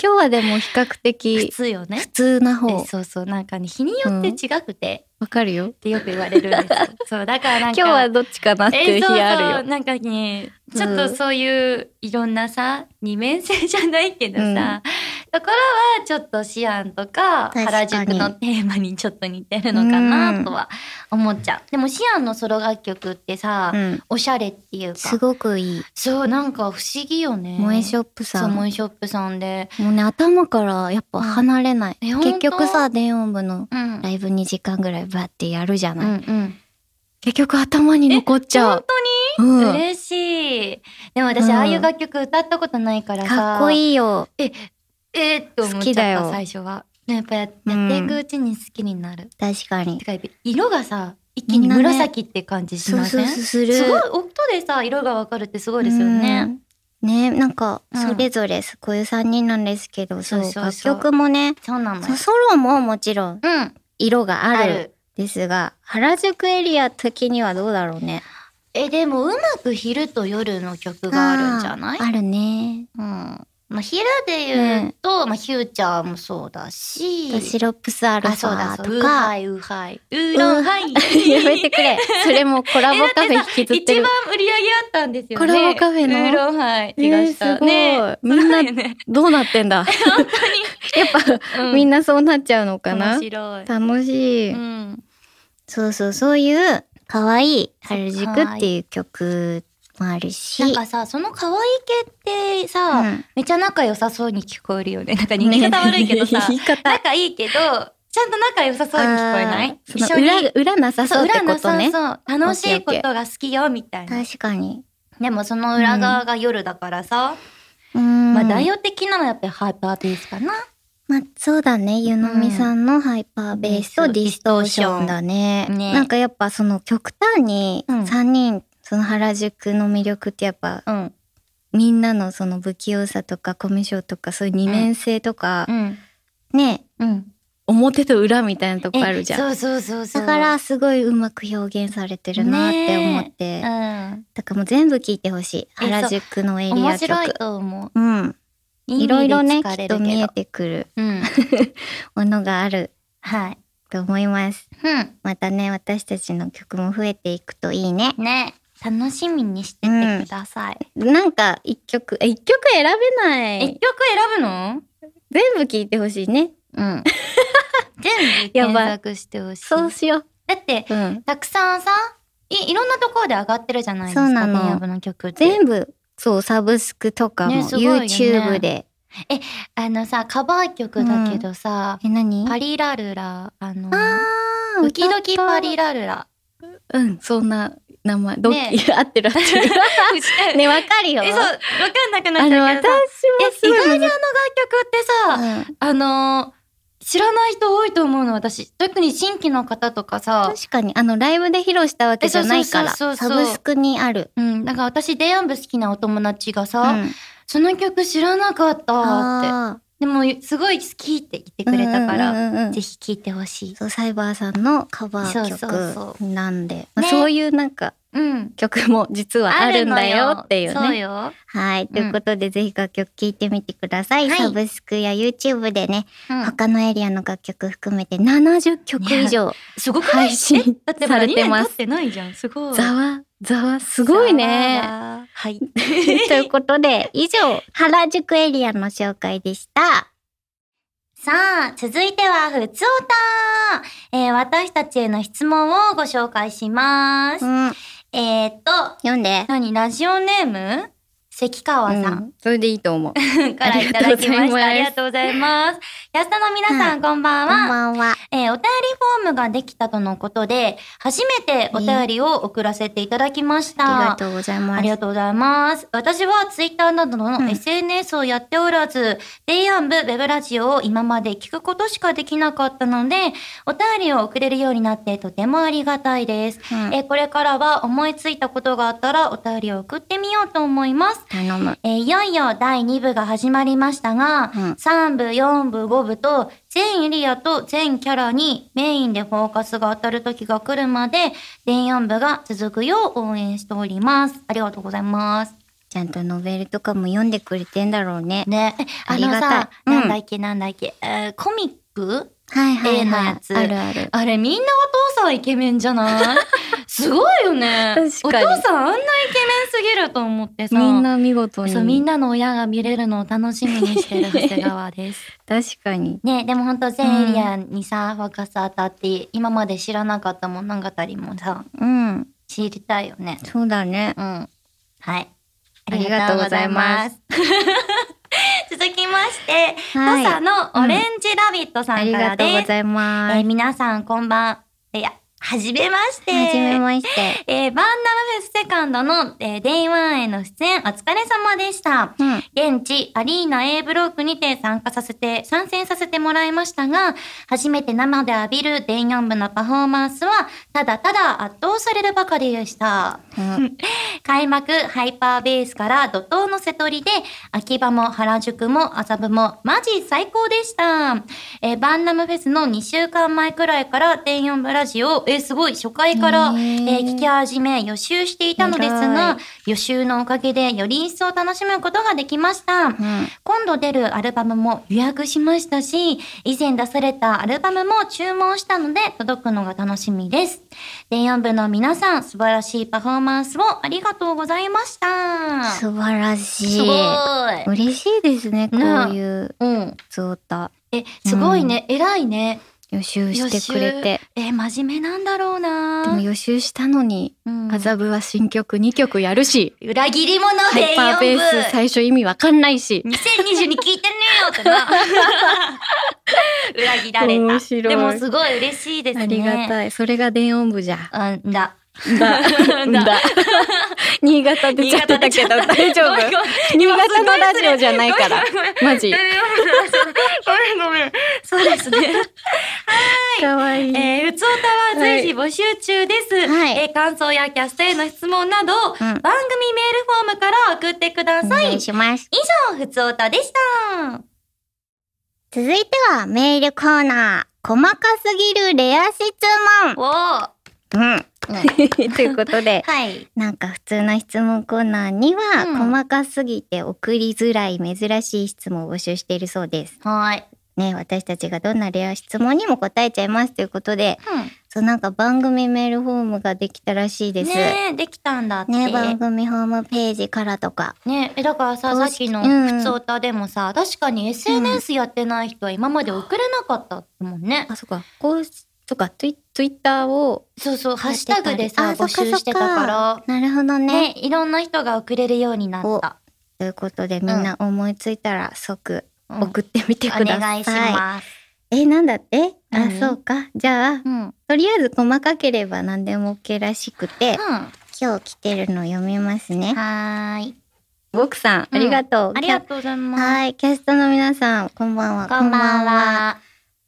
[SPEAKER 1] 今日はでも比較
[SPEAKER 2] 普
[SPEAKER 1] 的
[SPEAKER 2] 通よね
[SPEAKER 1] 普。通な
[SPEAKER 2] え
[SPEAKER 1] 方。
[SPEAKER 2] そうそうなんかね日によって違くて、っ
[SPEAKER 1] わかるよ。
[SPEAKER 2] てよく言われるんですよ。そうだからなんか
[SPEAKER 3] 今日はどっちかなっていう日
[SPEAKER 2] えーそう
[SPEAKER 3] あ
[SPEAKER 2] そう
[SPEAKER 3] るよ。
[SPEAKER 2] なんかね
[SPEAKER 1] うん
[SPEAKER 2] ちょっとそういういろんなさ、二面性じゃないけどさ、
[SPEAKER 1] うん
[SPEAKER 2] ところはちょっとシアンとか
[SPEAKER 1] 確かに
[SPEAKER 2] 原宿のテーマにちょっと似てるのかなとは思っちゃう、でもシアンのソロ楽曲ってさ、
[SPEAKER 1] うん。
[SPEAKER 2] おしゃれっていう
[SPEAKER 1] す
[SPEAKER 2] か
[SPEAKER 1] ごくいい。
[SPEAKER 2] そうなんか不思議よね
[SPEAKER 1] 萌えシ
[SPEAKER 2] ョッ
[SPEAKER 1] ョップ
[SPEAKER 2] プさ
[SPEAKER 1] さん。
[SPEAKER 2] ん萌
[SPEAKER 1] も
[SPEAKER 2] えショップさんで
[SPEAKER 1] うね、頭からやっぱ離れない。
[SPEAKER 2] え
[SPEAKER 1] 結局
[SPEAKER 2] ほん
[SPEAKER 1] さ、電音部の
[SPEAKER 2] とうん
[SPEAKER 1] ライブ2時間ぐらいバーってやるじゃ
[SPEAKER 2] う
[SPEAKER 1] ない。
[SPEAKER 2] んうん
[SPEAKER 1] 結局頭に残っちゃう。本うん。
[SPEAKER 2] 嬉しいでも私、
[SPEAKER 1] うん
[SPEAKER 2] ああいう楽曲歌ったことないからさ
[SPEAKER 1] かっこいいよ。
[SPEAKER 2] えー、って思っ
[SPEAKER 1] 好き
[SPEAKER 2] ち
[SPEAKER 1] だ
[SPEAKER 2] ゃっ
[SPEAKER 1] よ
[SPEAKER 2] た最初は。ねやっぱや
[SPEAKER 1] う
[SPEAKER 2] や
[SPEAKER 1] ん
[SPEAKER 2] っていくうちに好きになる。
[SPEAKER 1] 確かに
[SPEAKER 2] て。か色がさ一気に
[SPEAKER 1] みんなね
[SPEAKER 2] 紫って感じし
[SPEAKER 1] そう
[SPEAKER 2] ませ
[SPEAKER 1] そ
[SPEAKER 2] ん、
[SPEAKER 1] うそうする。
[SPEAKER 2] すごい音でさ色がわかるってすごいですよね。
[SPEAKER 1] うん。ね、なんか、
[SPEAKER 2] うん
[SPEAKER 1] それぞれ、こういう3人なんですけど、そう、
[SPEAKER 2] そうそう
[SPEAKER 1] 楽
[SPEAKER 2] そう
[SPEAKER 1] 曲もね、
[SPEAKER 2] そうなのよ
[SPEAKER 1] そう。ソロももちろん
[SPEAKER 2] うん
[SPEAKER 1] 色があ
[SPEAKER 2] あ
[SPEAKER 1] る
[SPEAKER 2] る。
[SPEAKER 1] ですが、原宿エリア的にはどうだろうね。
[SPEAKER 2] えでもうまく昼と夜の曲があるんじゃない？
[SPEAKER 1] あーあるね。
[SPEAKER 2] うん。まあ昼で言うと、まあヒューチャーもそうだし。
[SPEAKER 1] シロップスアルフ
[SPEAKER 2] あそうだ
[SPEAKER 1] ァ
[SPEAKER 2] そ
[SPEAKER 1] と
[SPEAKER 2] う。ウー
[SPEAKER 1] か。
[SPEAKER 2] ハイウーハイウーロンハイ。
[SPEAKER 1] [LAUGHS] やめてくれ。それもコラボ
[SPEAKER 2] [LAUGHS]
[SPEAKER 1] カフェ引きずっ
[SPEAKER 2] 一
[SPEAKER 1] て
[SPEAKER 2] 番
[SPEAKER 1] る。
[SPEAKER 2] 売り上げあったんですよね。
[SPEAKER 1] コラボカフェの
[SPEAKER 2] ウーロンハイって出した。
[SPEAKER 1] ねえすごいみんな
[SPEAKER 2] [LAUGHS] そうだよね
[SPEAKER 1] どうなってんだやっぱ、みんなそうなっちゃうのかな
[SPEAKER 2] 面白い。
[SPEAKER 1] 楽しい、
[SPEAKER 2] うん、
[SPEAKER 1] そうそう、そういう、可愛い原宿っていう曲もあるし。
[SPEAKER 2] なんかさその可愛い系ってさ、
[SPEAKER 1] うん
[SPEAKER 2] めちゃ仲良さそうに聞こえるよね。なんか言い方悪いけどさ、
[SPEAKER 1] [LAUGHS] 言い方。
[SPEAKER 2] 仲いいけどちゃんと仲良さそうに聞こえない
[SPEAKER 1] あー
[SPEAKER 2] 一
[SPEAKER 1] そ
[SPEAKER 2] 緒
[SPEAKER 1] の
[SPEAKER 2] に
[SPEAKER 1] 裏が、裏なさ
[SPEAKER 2] そ
[SPEAKER 1] そううって
[SPEAKER 2] 裏
[SPEAKER 1] こ
[SPEAKER 2] の
[SPEAKER 1] とね。
[SPEAKER 2] そうそう楽しいことが好きよみたいな。
[SPEAKER 1] 確かに。
[SPEAKER 2] でもその裏側が夜だからさ、
[SPEAKER 1] うん。
[SPEAKER 2] まあ代表的なのはやっぱりハイパーベースかな。
[SPEAKER 1] まあ、そうだね。湯飲みさんのハイパーベースとディストーションだね。
[SPEAKER 2] ね
[SPEAKER 1] なんかやっぱその極端に
[SPEAKER 2] うん
[SPEAKER 1] 3人、その原宿の魅力ってやっぱ
[SPEAKER 2] うん
[SPEAKER 1] みんなのその不器用さとかコミュ障とかそういう二面性とか
[SPEAKER 2] う、ん
[SPEAKER 1] ね、
[SPEAKER 2] うん。
[SPEAKER 3] 表と裏みたいなとこ
[SPEAKER 2] え
[SPEAKER 3] あるじゃん。
[SPEAKER 2] そうそうそうそ
[SPEAKER 1] だ
[SPEAKER 2] う。
[SPEAKER 1] からすごいうまく表現されてるなって思って、
[SPEAKER 2] うん
[SPEAKER 1] だからもう全部聞いてほしい。
[SPEAKER 2] えそう
[SPEAKER 1] 原宿のエリ
[SPEAKER 2] 面
[SPEAKER 1] ア曲
[SPEAKER 2] 白い。と思
[SPEAKER 1] うん。
[SPEAKER 2] う。
[SPEAKER 1] いろいろね、
[SPEAKER 2] 耳
[SPEAKER 1] き
[SPEAKER 2] で疲れ
[SPEAKER 1] っ
[SPEAKER 2] るけ
[SPEAKER 1] と
[SPEAKER 2] ど
[SPEAKER 1] 見えてくる
[SPEAKER 2] うん。
[SPEAKER 1] ものがある [LAUGHS]
[SPEAKER 2] はい。
[SPEAKER 1] と思います。
[SPEAKER 2] う
[SPEAKER 1] またね、私たちの曲も増えていくといいね。
[SPEAKER 2] ん。ね。楽しみにしててください。
[SPEAKER 1] なんか、一曲、え一曲選べな
[SPEAKER 2] 一
[SPEAKER 1] い。
[SPEAKER 2] 曲選ぶの
[SPEAKER 1] 全部聴いてほしいね。
[SPEAKER 2] [LAUGHS] うん。全部
[SPEAKER 1] やばい
[SPEAKER 2] 検索してほしい。
[SPEAKER 1] そうしよう。
[SPEAKER 2] だって、
[SPEAKER 3] うん。
[SPEAKER 2] たくさんさ、いいろんなところで上がってるじゃないですか、
[SPEAKER 1] そうなの
[SPEAKER 2] 電音部の曲って。
[SPEAKER 3] 全部、そう、サブスクとかも、
[SPEAKER 2] ねすごいよね
[SPEAKER 3] YouTube で。
[SPEAKER 2] あのさ、カバー曲だけどさ、
[SPEAKER 1] え、何
[SPEAKER 2] パリラルラ、あの、
[SPEAKER 1] あ
[SPEAKER 2] ドキドキパ
[SPEAKER 1] リ。
[SPEAKER 2] リラルラ。
[SPEAKER 3] うん、そんな名前、ドッ
[SPEAKER 2] ね
[SPEAKER 1] [LAUGHS]
[SPEAKER 3] キ、合ってる合ってる。
[SPEAKER 2] [LAUGHS] ね、
[SPEAKER 1] ね、わかるよ。
[SPEAKER 2] え、そう、わかんなくな
[SPEAKER 3] あ
[SPEAKER 2] っち
[SPEAKER 3] の、
[SPEAKER 2] ゃ
[SPEAKER 3] 私
[SPEAKER 2] うけどさ。
[SPEAKER 3] もす
[SPEAKER 2] え、意
[SPEAKER 3] ごい
[SPEAKER 2] 外にあの楽曲ってさ、
[SPEAKER 1] うん
[SPEAKER 2] あのー知らない人多いと思うの私特に新規の方とかさ、
[SPEAKER 1] 確かに、あの、ライブで披露したわけじゃないから、
[SPEAKER 2] えそうそ
[SPEAKER 1] サ
[SPEAKER 2] うそうそう
[SPEAKER 1] ブスクにある。
[SPEAKER 2] うん、なんか私電音部好きなお友達がさ、
[SPEAKER 1] うん
[SPEAKER 2] その曲知らなかったって
[SPEAKER 1] あー
[SPEAKER 2] でもすごい好きって言ってくれたから、
[SPEAKER 1] うんうんうんうん
[SPEAKER 2] ぜひ聴いてほしい。
[SPEAKER 1] そうサイバーさんのカバー
[SPEAKER 2] そうそう
[SPEAKER 1] 曲なんでまあ
[SPEAKER 2] ね
[SPEAKER 1] そういうなんか
[SPEAKER 2] うん
[SPEAKER 3] 曲も実はあるんだよっていう
[SPEAKER 2] そう
[SPEAKER 3] ね。
[SPEAKER 2] よ。
[SPEAKER 1] はいということで、ぜひ楽曲聴いてみてください、
[SPEAKER 2] はい
[SPEAKER 1] サブスクや YouTube でね、
[SPEAKER 2] うん、
[SPEAKER 1] 他のエリアの楽曲含めて70曲以上
[SPEAKER 2] すごくない
[SPEAKER 3] 配信
[SPEAKER 2] だってま
[SPEAKER 3] さ
[SPEAKER 2] だ
[SPEAKER 3] れて
[SPEAKER 2] 2年
[SPEAKER 3] ま
[SPEAKER 2] 経
[SPEAKER 3] す
[SPEAKER 2] っ。てないじゃん。すごい。
[SPEAKER 3] ざわ、ざわ、すごいね。
[SPEAKER 2] わー。はい。
[SPEAKER 1] ということ [LAUGHS] で、以上、原宿エリアの紹介でした。
[SPEAKER 2] [LAUGHS] さあ、続いては、ふつおたえー私たちへの質問をご紹介します。
[SPEAKER 1] うん、
[SPEAKER 2] えー、っと、
[SPEAKER 1] 読んで。
[SPEAKER 2] 何ラジオネーム関川さ、
[SPEAKER 3] うんんそれでいいと思う。
[SPEAKER 2] からいただきました。ありがとうございます。安田の皆さん、
[SPEAKER 1] う
[SPEAKER 2] こんば
[SPEAKER 1] こ
[SPEAKER 2] ん
[SPEAKER 1] ん
[SPEAKER 2] は。
[SPEAKER 1] ばんは。
[SPEAKER 2] えーお便りフォームができたとのことで、初めてお便りを送らせていただきまし
[SPEAKER 1] あり
[SPEAKER 2] た。
[SPEAKER 1] がとうござい
[SPEAKER 2] あ
[SPEAKER 1] ます
[SPEAKER 2] りが。とうございます。私はツイッターなど
[SPEAKER 1] う
[SPEAKER 2] の
[SPEAKER 1] ん
[SPEAKER 2] SNS をやっておらず、デイアン部ウェブラジオを今まで聞くことしかできなかったので、お便りを送れるようになってとてもありがたいです。
[SPEAKER 1] うん
[SPEAKER 2] えーこれからは思いついたことがあったらお便りを送ってみようと思います。
[SPEAKER 1] 頼む。
[SPEAKER 2] えーいよいよ第2部が始まりましたが、
[SPEAKER 1] うん
[SPEAKER 2] 3部、4部、5部と全エリアと全キャラにメインでフォーカスが当たる時が来るまで、全4部が続くよう応援しております。ありがとうございます。
[SPEAKER 1] ちゃんとノベルとかも読んでくれてんだろうね。
[SPEAKER 2] ね、え
[SPEAKER 1] あ
[SPEAKER 2] あ
[SPEAKER 1] り
[SPEAKER 2] の
[SPEAKER 1] がたい
[SPEAKER 2] さ、
[SPEAKER 1] うん
[SPEAKER 2] なんだっけなんだっけ、えーコミック
[SPEAKER 1] はいはい
[SPEAKER 2] 例の
[SPEAKER 1] はい。
[SPEAKER 2] やつ
[SPEAKER 1] あるある。
[SPEAKER 2] あれみんなお父さんイケメンじゃないすごいよね。
[SPEAKER 3] 確かに
[SPEAKER 2] お父さんあんなイケメンすぎると思ってさ。
[SPEAKER 3] みんな見事に。
[SPEAKER 2] そう、みんなの親が見れるのを楽しみにしてる長谷川です。
[SPEAKER 3] 確かに。
[SPEAKER 2] ねでも本当全エリアにさ、フォーカス当たって今まで知らなかった物語もさ
[SPEAKER 1] うん。
[SPEAKER 2] 知りたいよね
[SPEAKER 1] そうだね。
[SPEAKER 2] うんはい
[SPEAKER 3] ありがとうございます
[SPEAKER 2] ありがとうございます [LAUGHS] 続きまして、
[SPEAKER 1] はい
[SPEAKER 2] 土佐のオレンジラビットさ
[SPEAKER 1] あ
[SPEAKER 2] ん
[SPEAKER 1] り
[SPEAKER 2] か
[SPEAKER 1] が
[SPEAKER 2] ら
[SPEAKER 1] とうご
[SPEAKER 2] です、
[SPEAKER 1] ざいま
[SPEAKER 2] えー
[SPEAKER 1] す。
[SPEAKER 2] 皆さんこんばんいやはじめまして
[SPEAKER 1] はじめまして。
[SPEAKER 2] えーバンダムフェスセカンドの、えー、デイワンへの出演お疲れ様でした。
[SPEAKER 1] うん。
[SPEAKER 2] 現地アリーナ A ブロックにて参加させて、参戦させてもらいましたが、初めて生で浴びる電音部のパフォーマンスは、ただただ圧倒されるばかりでした。開幕ハイパーベースから怒涛の瀬取りで、秋葉も原宿も麻布もマジ最高でした。えーバンナムフェスの2週間前くらいから電音部ラジオを、えーすごい、初回から、え
[SPEAKER 1] ねー
[SPEAKER 2] ー聞き始め予習していたのです
[SPEAKER 1] 偉い
[SPEAKER 2] が、予習のおかげでより一層楽しむことができました。
[SPEAKER 1] うん。
[SPEAKER 2] 今度出るアルバムも予約しましたし、以前出されたアルバムも注文したので届くのが楽しみです。電音部の皆さん、素晴らしいパフォーマンスをありがとうございました。
[SPEAKER 1] 素晴らし
[SPEAKER 2] す
[SPEAKER 1] い
[SPEAKER 2] ご。い。
[SPEAKER 1] 嬉しいですね、こういう
[SPEAKER 2] うん。
[SPEAKER 1] ツオタ。
[SPEAKER 2] え、すごいね。偉いね。
[SPEAKER 1] 予習してくれて。
[SPEAKER 2] え、真面目なんだろう
[SPEAKER 3] でも
[SPEAKER 2] な。
[SPEAKER 3] 予習したのに、
[SPEAKER 2] うん
[SPEAKER 3] 麻布は新曲2曲やるし、
[SPEAKER 2] 裏切り者
[SPEAKER 3] ハイ
[SPEAKER 2] 電
[SPEAKER 3] パーベ
[SPEAKER 2] 音部
[SPEAKER 3] ース最初意味わかんないし。
[SPEAKER 2] 2022聞いてねえよっ
[SPEAKER 3] [LAUGHS]
[SPEAKER 2] てな。裏切られ
[SPEAKER 3] 面
[SPEAKER 2] た。
[SPEAKER 3] 白い
[SPEAKER 2] でもすごい嬉しいですね。
[SPEAKER 3] ありがたい。それが電音部じゃ。
[SPEAKER 2] あんだ。
[SPEAKER 3] だ。
[SPEAKER 2] [LAUGHS]
[SPEAKER 3] だ。新潟出ちゃってたけど大丈夫新潟のラジオじゃないから。マ
[SPEAKER 1] [LAUGHS]
[SPEAKER 3] ジ。
[SPEAKER 2] ごめんごめん。そうですね。
[SPEAKER 3] かわいい。
[SPEAKER 2] えー、うつおたは随時募集中です。
[SPEAKER 1] はい
[SPEAKER 2] えー感想やキャストへの質問など、番組メールフォームから送ってくだ
[SPEAKER 1] お
[SPEAKER 2] さい。
[SPEAKER 1] 願
[SPEAKER 2] 以
[SPEAKER 1] いします。
[SPEAKER 2] 上、ふつおたでした。
[SPEAKER 1] 続いてはメールコーナー。細かすぎるレア質
[SPEAKER 2] おー
[SPEAKER 1] 問。うん。ということ
[SPEAKER 2] [LAUGHS]
[SPEAKER 1] で、
[SPEAKER 2] はい。
[SPEAKER 1] なんか普通の質問コーナーには、
[SPEAKER 2] うん
[SPEAKER 1] 細かすぎて送りづらい珍しい質問を募集しているそうです。
[SPEAKER 2] はい。
[SPEAKER 1] ね、私たちがどんなレア質問にも答えちゃいますということで、
[SPEAKER 2] うん
[SPEAKER 1] そうなんか番組メールフォームができたらしいです。ね
[SPEAKER 2] ねえ、できたんだって。
[SPEAKER 1] 番組ホームページからとか。
[SPEAKER 2] ねえだからささ
[SPEAKER 1] 公
[SPEAKER 2] っ
[SPEAKER 1] 式
[SPEAKER 2] きの
[SPEAKER 1] うん
[SPEAKER 2] 「ふつおた」でもさ、確かに SNS やってない人は今まで送れなかったもんね。
[SPEAKER 1] あ、そうか。公式
[SPEAKER 3] とかツイツイッターを
[SPEAKER 2] そうそう、ハッシュタグでさ、
[SPEAKER 1] あそ
[SPEAKER 2] 募
[SPEAKER 1] っか
[SPEAKER 2] 集してたから、
[SPEAKER 1] なるほどね。
[SPEAKER 2] ね、いろんな人が送れるようになった。
[SPEAKER 1] ということでみんな思いついたら即
[SPEAKER 2] うん
[SPEAKER 1] 送ってみて
[SPEAKER 2] お
[SPEAKER 1] くださ
[SPEAKER 2] 願
[SPEAKER 1] い。
[SPEAKER 2] いします。
[SPEAKER 1] え、なんだってあ、
[SPEAKER 2] 何
[SPEAKER 1] そうか。じゃあ、
[SPEAKER 2] うん。うん。
[SPEAKER 1] とりあえず細かければ何でも OK らしくて、今日来てるの読みますね。
[SPEAKER 2] はーい。
[SPEAKER 1] ボクさん、ありがとう。
[SPEAKER 2] ありがとうございます。
[SPEAKER 1] はい、キャストの皆さん、こんばんは。
[SPEAKER 2] こんばん。は。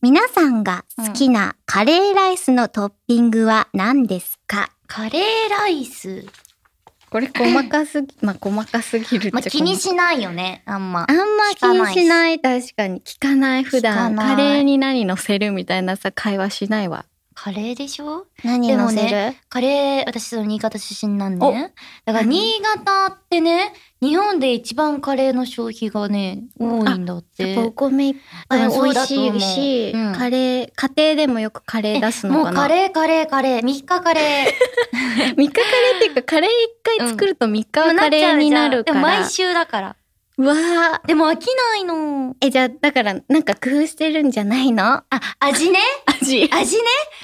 [SPEAKER 1] 皆さんが好きなカレーライスのトッピングは何ですか、
[SPEAKER 2] カレーライス。
[SPEAKER 3] これ細か
[SPEAKER 1] [LAUGHS]
[SPEAKER 3] すぎまあ細かすぎる
[SPEAKER 2] まあ、
[SPEAKER 3] って
[SPEAKER 2] 気にしないよね、あんま。
[SPEAKER 1] あんま気にしない、確かに。
[SPEAKER 3] 聞かない普段
[SPEAKER 2] 聞かな
[SPEAKER 3] カ
[SPEAKER 2] い
[SPEAKER 3] レーに何乗せるみたいなさ会話しないわ
[SPEAKER 2] カレーでしょ
[SPEAKER 1] 何乗せる、
[SPEAKER 2] でもカレー、私その新潟出身なんでね。だから
[SPEAKER 1] 何
[SPEAKER 2] 新潟ってね、日本で一番カレーの消費がね、多いんだっ
[SPEAKER 1] やってぱ。お米いっぱい
[SPEAKER 2] うんそう
[SPEAKER 1] 美味
[SPEAKER 2] だと
[SPEAKER 1] し
[SPEAKER 2] 思う
[SPEAKER 1] いし、
[SPEAKER 2] うん
[SPEAKER 1] カレー、家庭でもよくカレー出すの
[SPEAKER 2] もう
[SPEAKER 1] か
[SPEAKER 2] カ
[SPEAKER 3] [LAUGHS]
[SPEAKER 1] な。3
[SPEAKER 2] レーカレーカレー、3日カ [LAUGHS] レー。
[SPEAKER 3] 3日カレーっていうかカレー1回作ると3日は
[SPEAKER 2] もう
[SPEAKER 3] カ
[SPEAKER 2] っち
[SPEAKER 3] レー
[SPEAKER 2] ゃうじゃん
[SPEAKER 3] になるか
[SPEAKER 2] でも
[SPEAKER 3] ら、
[SPEAKER 2] 毎週だから。
[SPEAKER 3] うわー
[SPEAKER 2] でも飽きないの。
[SPEAKER 1] え、じゃあ、だから、なんか工夫してるんじゃないの
[SPEAKER 2] あ、味ね。
[SPEAKER 3] 味
[SPEAKER 2] 味ね。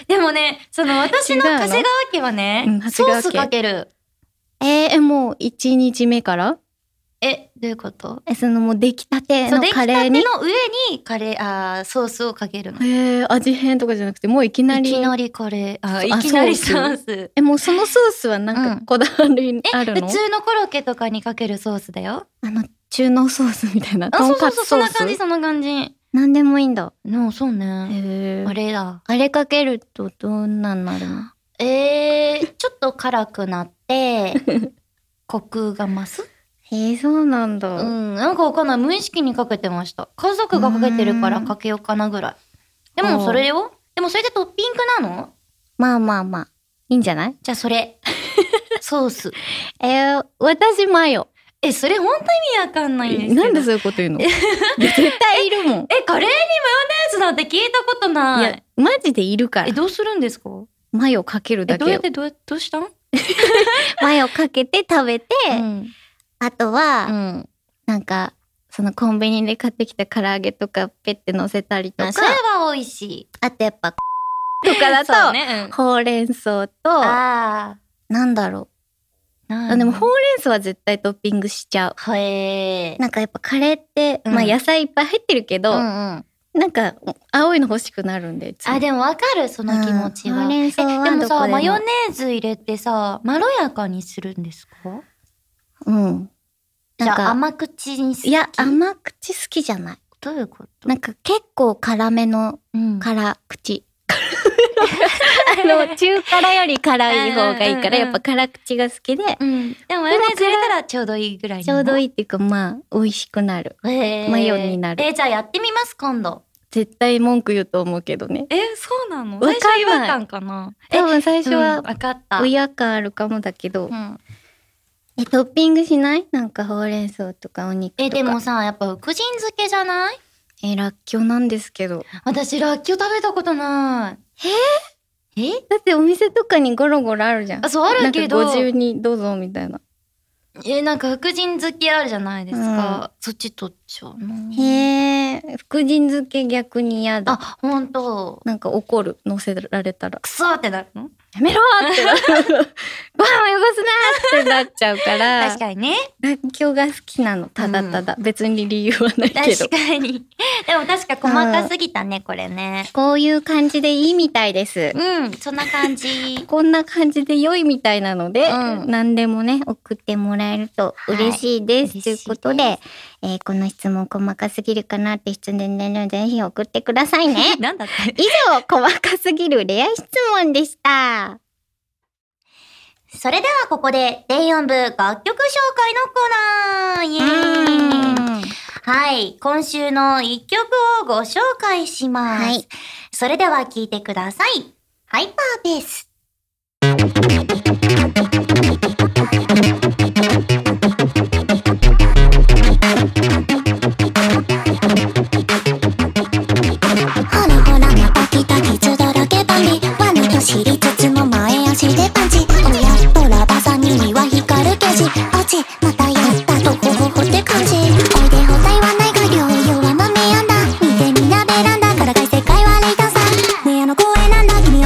[SPEAKER 2] でもね、その私の
[SPEAKER 3] 違うの
[SPEAKER 2] 長谷川家はね、
[SPEAKER 3] うん長
[SPEAKER 2] ソ
[SPEAKER 3] 谷
[SPEAKER 2] ー
[SPEAKER 3] 川家
[SPEAKER 2] スかける。
[SPEAKER 3] えー、もう1日目から
[SPEAKER 2] え、どういうこと
[SPEAKER 1] え、そのもう出来たて
[SPEAKER 2] そ
[SPEAKER 1] の
[SPEAKER 2] う、出来
[SPEAKER 1] カ
[SPEAKER 2] たて
[SPEAKER 1] レー
[SPEAKER 2] の
[SPEAKER 1] に。
[SPEAKER 2] 上にカレー、あーソースをかけるの。い
[SPEAKER 3] えー、味変とかじゃなくてもういきなり
[SPEAKER 2] きなりカレー、あ、
[SPEAKER 3] そうあ
[SPEAKER 2] いきなりソ
[SPEAKER 3] ソー
[SPEAKER 2] ース。
[SPEAKER 3] えもうそのソースはなん
[SPEAKER 2] う
[SPEAKER 3] か
[SPEAKER 2] ん
[SPEAKER 3] こだわり
[SPEAKER 2] え、
[SPEAKER 3] あ
[SPEAKER 2] 普
[SPEAKER 3] るの、
[SPEAKER 2] 通のコロッケとかにかけるソースだよ。
[SPEAKER 1] あの、
[SPEAKER 3] 中濃ソースみたいな
[SPEAKER 2] あ、
[SPEAKER 3] と
[SPEAKER 2] そ
[SPEAKER 3] ん
[SPEAKER 2] うそ
[SPEAKER 3] か
[SPEAKER 2] うそ
[SPEAKER 3] つ
[SPEAKER 2] う、そ
[SPEAKER 3] ソ
[SPEAKER 2] ん
[SPEAKER 3] ー
[SPEAKER 2] な
[SPEAKER 3] ス
[SPEAKER 2] 感じ、そんな感じ。
[SPEAKER 1] 何でもいいんだ。
[SPEAKER 2] の、そうね。
[SPEAKER 3] えー
[SPEAKER 2] あれだ。
[SPEAKER 1] あれかけるとどんなんなるの
[SPEAKER 2] えー、ちょっと辛くな
[SPEAKER 3] [LAUGHS]
[SPEAKER 2] って、コクが増す
[SPEAKER 1] へえ、そうなんだ。
[SPEAKER 2] うん、なんかわかんない。無意識にかけてました。家族がかけてるからかけようかなぐらい。でもそれよ。でもそれでトッピングなの
[SPEAKER 1] まあまあまあ。いいんじゃない
[SPEAKER 2] じゃあそ [LAUGHS] れ。ソース。
[SPEAKER 1] えー、私マヨ。
[SPEAKER 2] え、それ本当意味わかんないんですけど。
[SPEAKER 3] なんでそういうこと言うのいや絶対いるもん
[SPEAKER 2] え、カレーにマヨネーズなんて聞いたこと
[SPEAKER 3] い
[SPEAKER 2] な
[SPEAKER 3] や
[SPEAKER 2] い。
[SPEAKER 3] マジでいるから
[SPEAKER 2] え、どうするんですか
[SPEAKER 3] マヨかける
[SPEAKER 2] え、
[SPEAKER 3] だ
[SPEAKER 2] どう
[SPEAKER 3] け
[SPEAKER 2] やっ
[SPEAKER 3] よ
[SPEAKER 2] てどうやどうしたん
[SPEAKER 1] マヨかけて食べて、
[SPEAKER 2] うん。
[SPEAKER 1] あとは、
[SPEAKER 2] うん。
[SPEAKER 1] なんか、そのコンビニで買ってきた唐揚げとかペッて乗せたりと
[SPEAKER 2] あ
[SPEAKER 1] か
[SPEAKER 2] そ、れは美味しい。
[SPEAKER 1] あとやっぱ、とかだ
[SPEAKER 2] そう
[SPEAKER 1] と、
[SPEAKER 2] ね。うん
[SPEAKER 1] ほうれん草と、
[SPEAKER 2] あ
[SPEAKER 1] なんだろ
[SPEAKER 2] ーな
[SPEAKER 1] う。
[SPEAKER 2] んだ
[SPEAKER 1] あでもほうれん草は絶対トッピングしちゃう。
[SPEAKER 2] へえ。
[SPEAKER 1] なんかやっぱカレーって、
[SPEAKER 2] うん
[SPEAKER 1] まあ野菜いっぱい入ってるけど、
[SPEAKER 2] うんうん。
[SPEAKER 1] なんか青いの欲しくなるんで、いつも
[SPEAKER 2] あ、でもわかる、その気持ちは。
[SPEAKER 1] うんほうれん草は
[SPEAKER 2] えでも
[SPEAKER 1] どこ
[SPEAKER 2] さ、
[SPEAKER 1] でも
[SPEAKER 2] マヨネーズ入れてさ、まろやかにするんですか
[SPEAKER 1] うん。
[SPEAKER 2] じ
[SPEAKER 1] な
[SPEAKER 2] ゃ
[SPEAKER 1] ん
[SPEAKER 2] あ
[SPEAKER 1] か、
[SPEAKER 2] 甘口にする。
[SPEAKER 1] いや、甘口好きじゃない。
[SPEAKER 2] どういうこと
[SPEAKER 1] なんか結構辛めの
[SPEAKER 2] うん
[SPEAKER 1] 辛口。 [LAUGHS] あの、中辛より辛い方がいいから、
[SPEAKER 2] うんうんうん
[SPEAKER 1] やっぱ辛口が好きで、
[SPEAKER 2] うん。でもマヨネーズ入れたらちょうどいいぐらい
[SPEAKER 1] ちょうど
[SPEAKER 2] い。
[SPEAKER 1] いいっていうか、まあ、美味しくなる。
[SPEAKER 2] へー
[SPEAKER 1] マヨになる
[SPEAKER 2] え、じゃあやってみます、今度。
[SPEAKER 3] 絶対文句言うと思うけどね
[SPEAKER 2] え、そうな
[SPEAKER 1] わ
[SPEAKER 2] の
[SPEAKER 1] かんない
[SPEAKER 2] 最初違和感かな。え
[SPEAKER 1] 多、分最初
[SPEAKER 2] 最初は
[SPEAKER 1] は、
[SPEAKER 2] 分かった。
[SPEAKER 1] 違和感あるかもだけど
[SPEAKER 2] う、ん
[SPEAKER 1] え、トッピングしないなんかほうれん草とかお肉とか。
[SPEAKER 2] え、でも、さ、やっぱ福神漬けじゃない
[SPEAKER 1] え、らっきょうなんですけど。
[SPEAKER 2] 私、らっきょう食べたことない。ええ
[SPEAKER 1] だってお店とかにゴロゴロあるじゃん。
[SPEAKER 2] あ、そう、あるけど。
[SPEAKER 3] なんか52どうぞみたいな
[SPEAKER 2] えなんか福神漬けあるじゃないですか、そっち取っちゃうな
[SPEAKER 1] へえ、福神漬け逆に嫌だ。
[SPEAKER 2] あ本当
[SPEAKER 3] なんか怒る乗せられたら
[SPEAKER 2] クソってなるの
[SPEAKER 3] やめろーってな
[SPEAKER 1] [LAUGHS]
[SPEAKER 3] るご飯を汚すなーってなっちゃうから
[SPEAKER 2] [LAUGHS] 確かにね
[SPEAKER 1] らっきょうが好きなの。
[SPEAKER 3] ただただ、別に理由はないけど
[SPEAKER 2] 確かに [LAUGHS] でも確か細かすぎたねこれね
[SPEAKER 1] こういう感じでいいみたいです。
[SPEAKER 2] うんそんな
[SPEAKER 1] [LAUGHS]
[SPEAKER 2] 感じ
[SPEAKER 1] こんな感じで良いみたいなので、
[SPEAKER 2] うん
[SPEAKER 1] 何でもね、送ってもらえると嬉しいです。
[SPEAKER 2] はい
[SPEAKER 1] ということで、
[SPEAKER 2] 嬉し。
[SPEAKER 1] えーこの質問細かすぎるかなって質問でね、ぜひ送ってくださいね
[SPEAKER 2] [LAUGHS] なんだって
[SPEAKER 1] 以上、細かすぎる恋愛質問でした。
[SPEAKER 2] それではここで第4部楽曲紹介のコーナーイエーイはい。今週の一曲をご紹介します。
[SPEAKER 1] はい
[SPEAKER 2] それでは聴いてください。ハイパーベース。
[SPEAKER 4] ほらほらまた来た傷だらけバリワニと知りつつも前足でパンチおやっとラバサにには光るケジ落ちまたやったとほほほって感じおいでほたいはないが量よは豆やんだ見てみなベランダからかい世界はレイターさんねえあの声なんだ君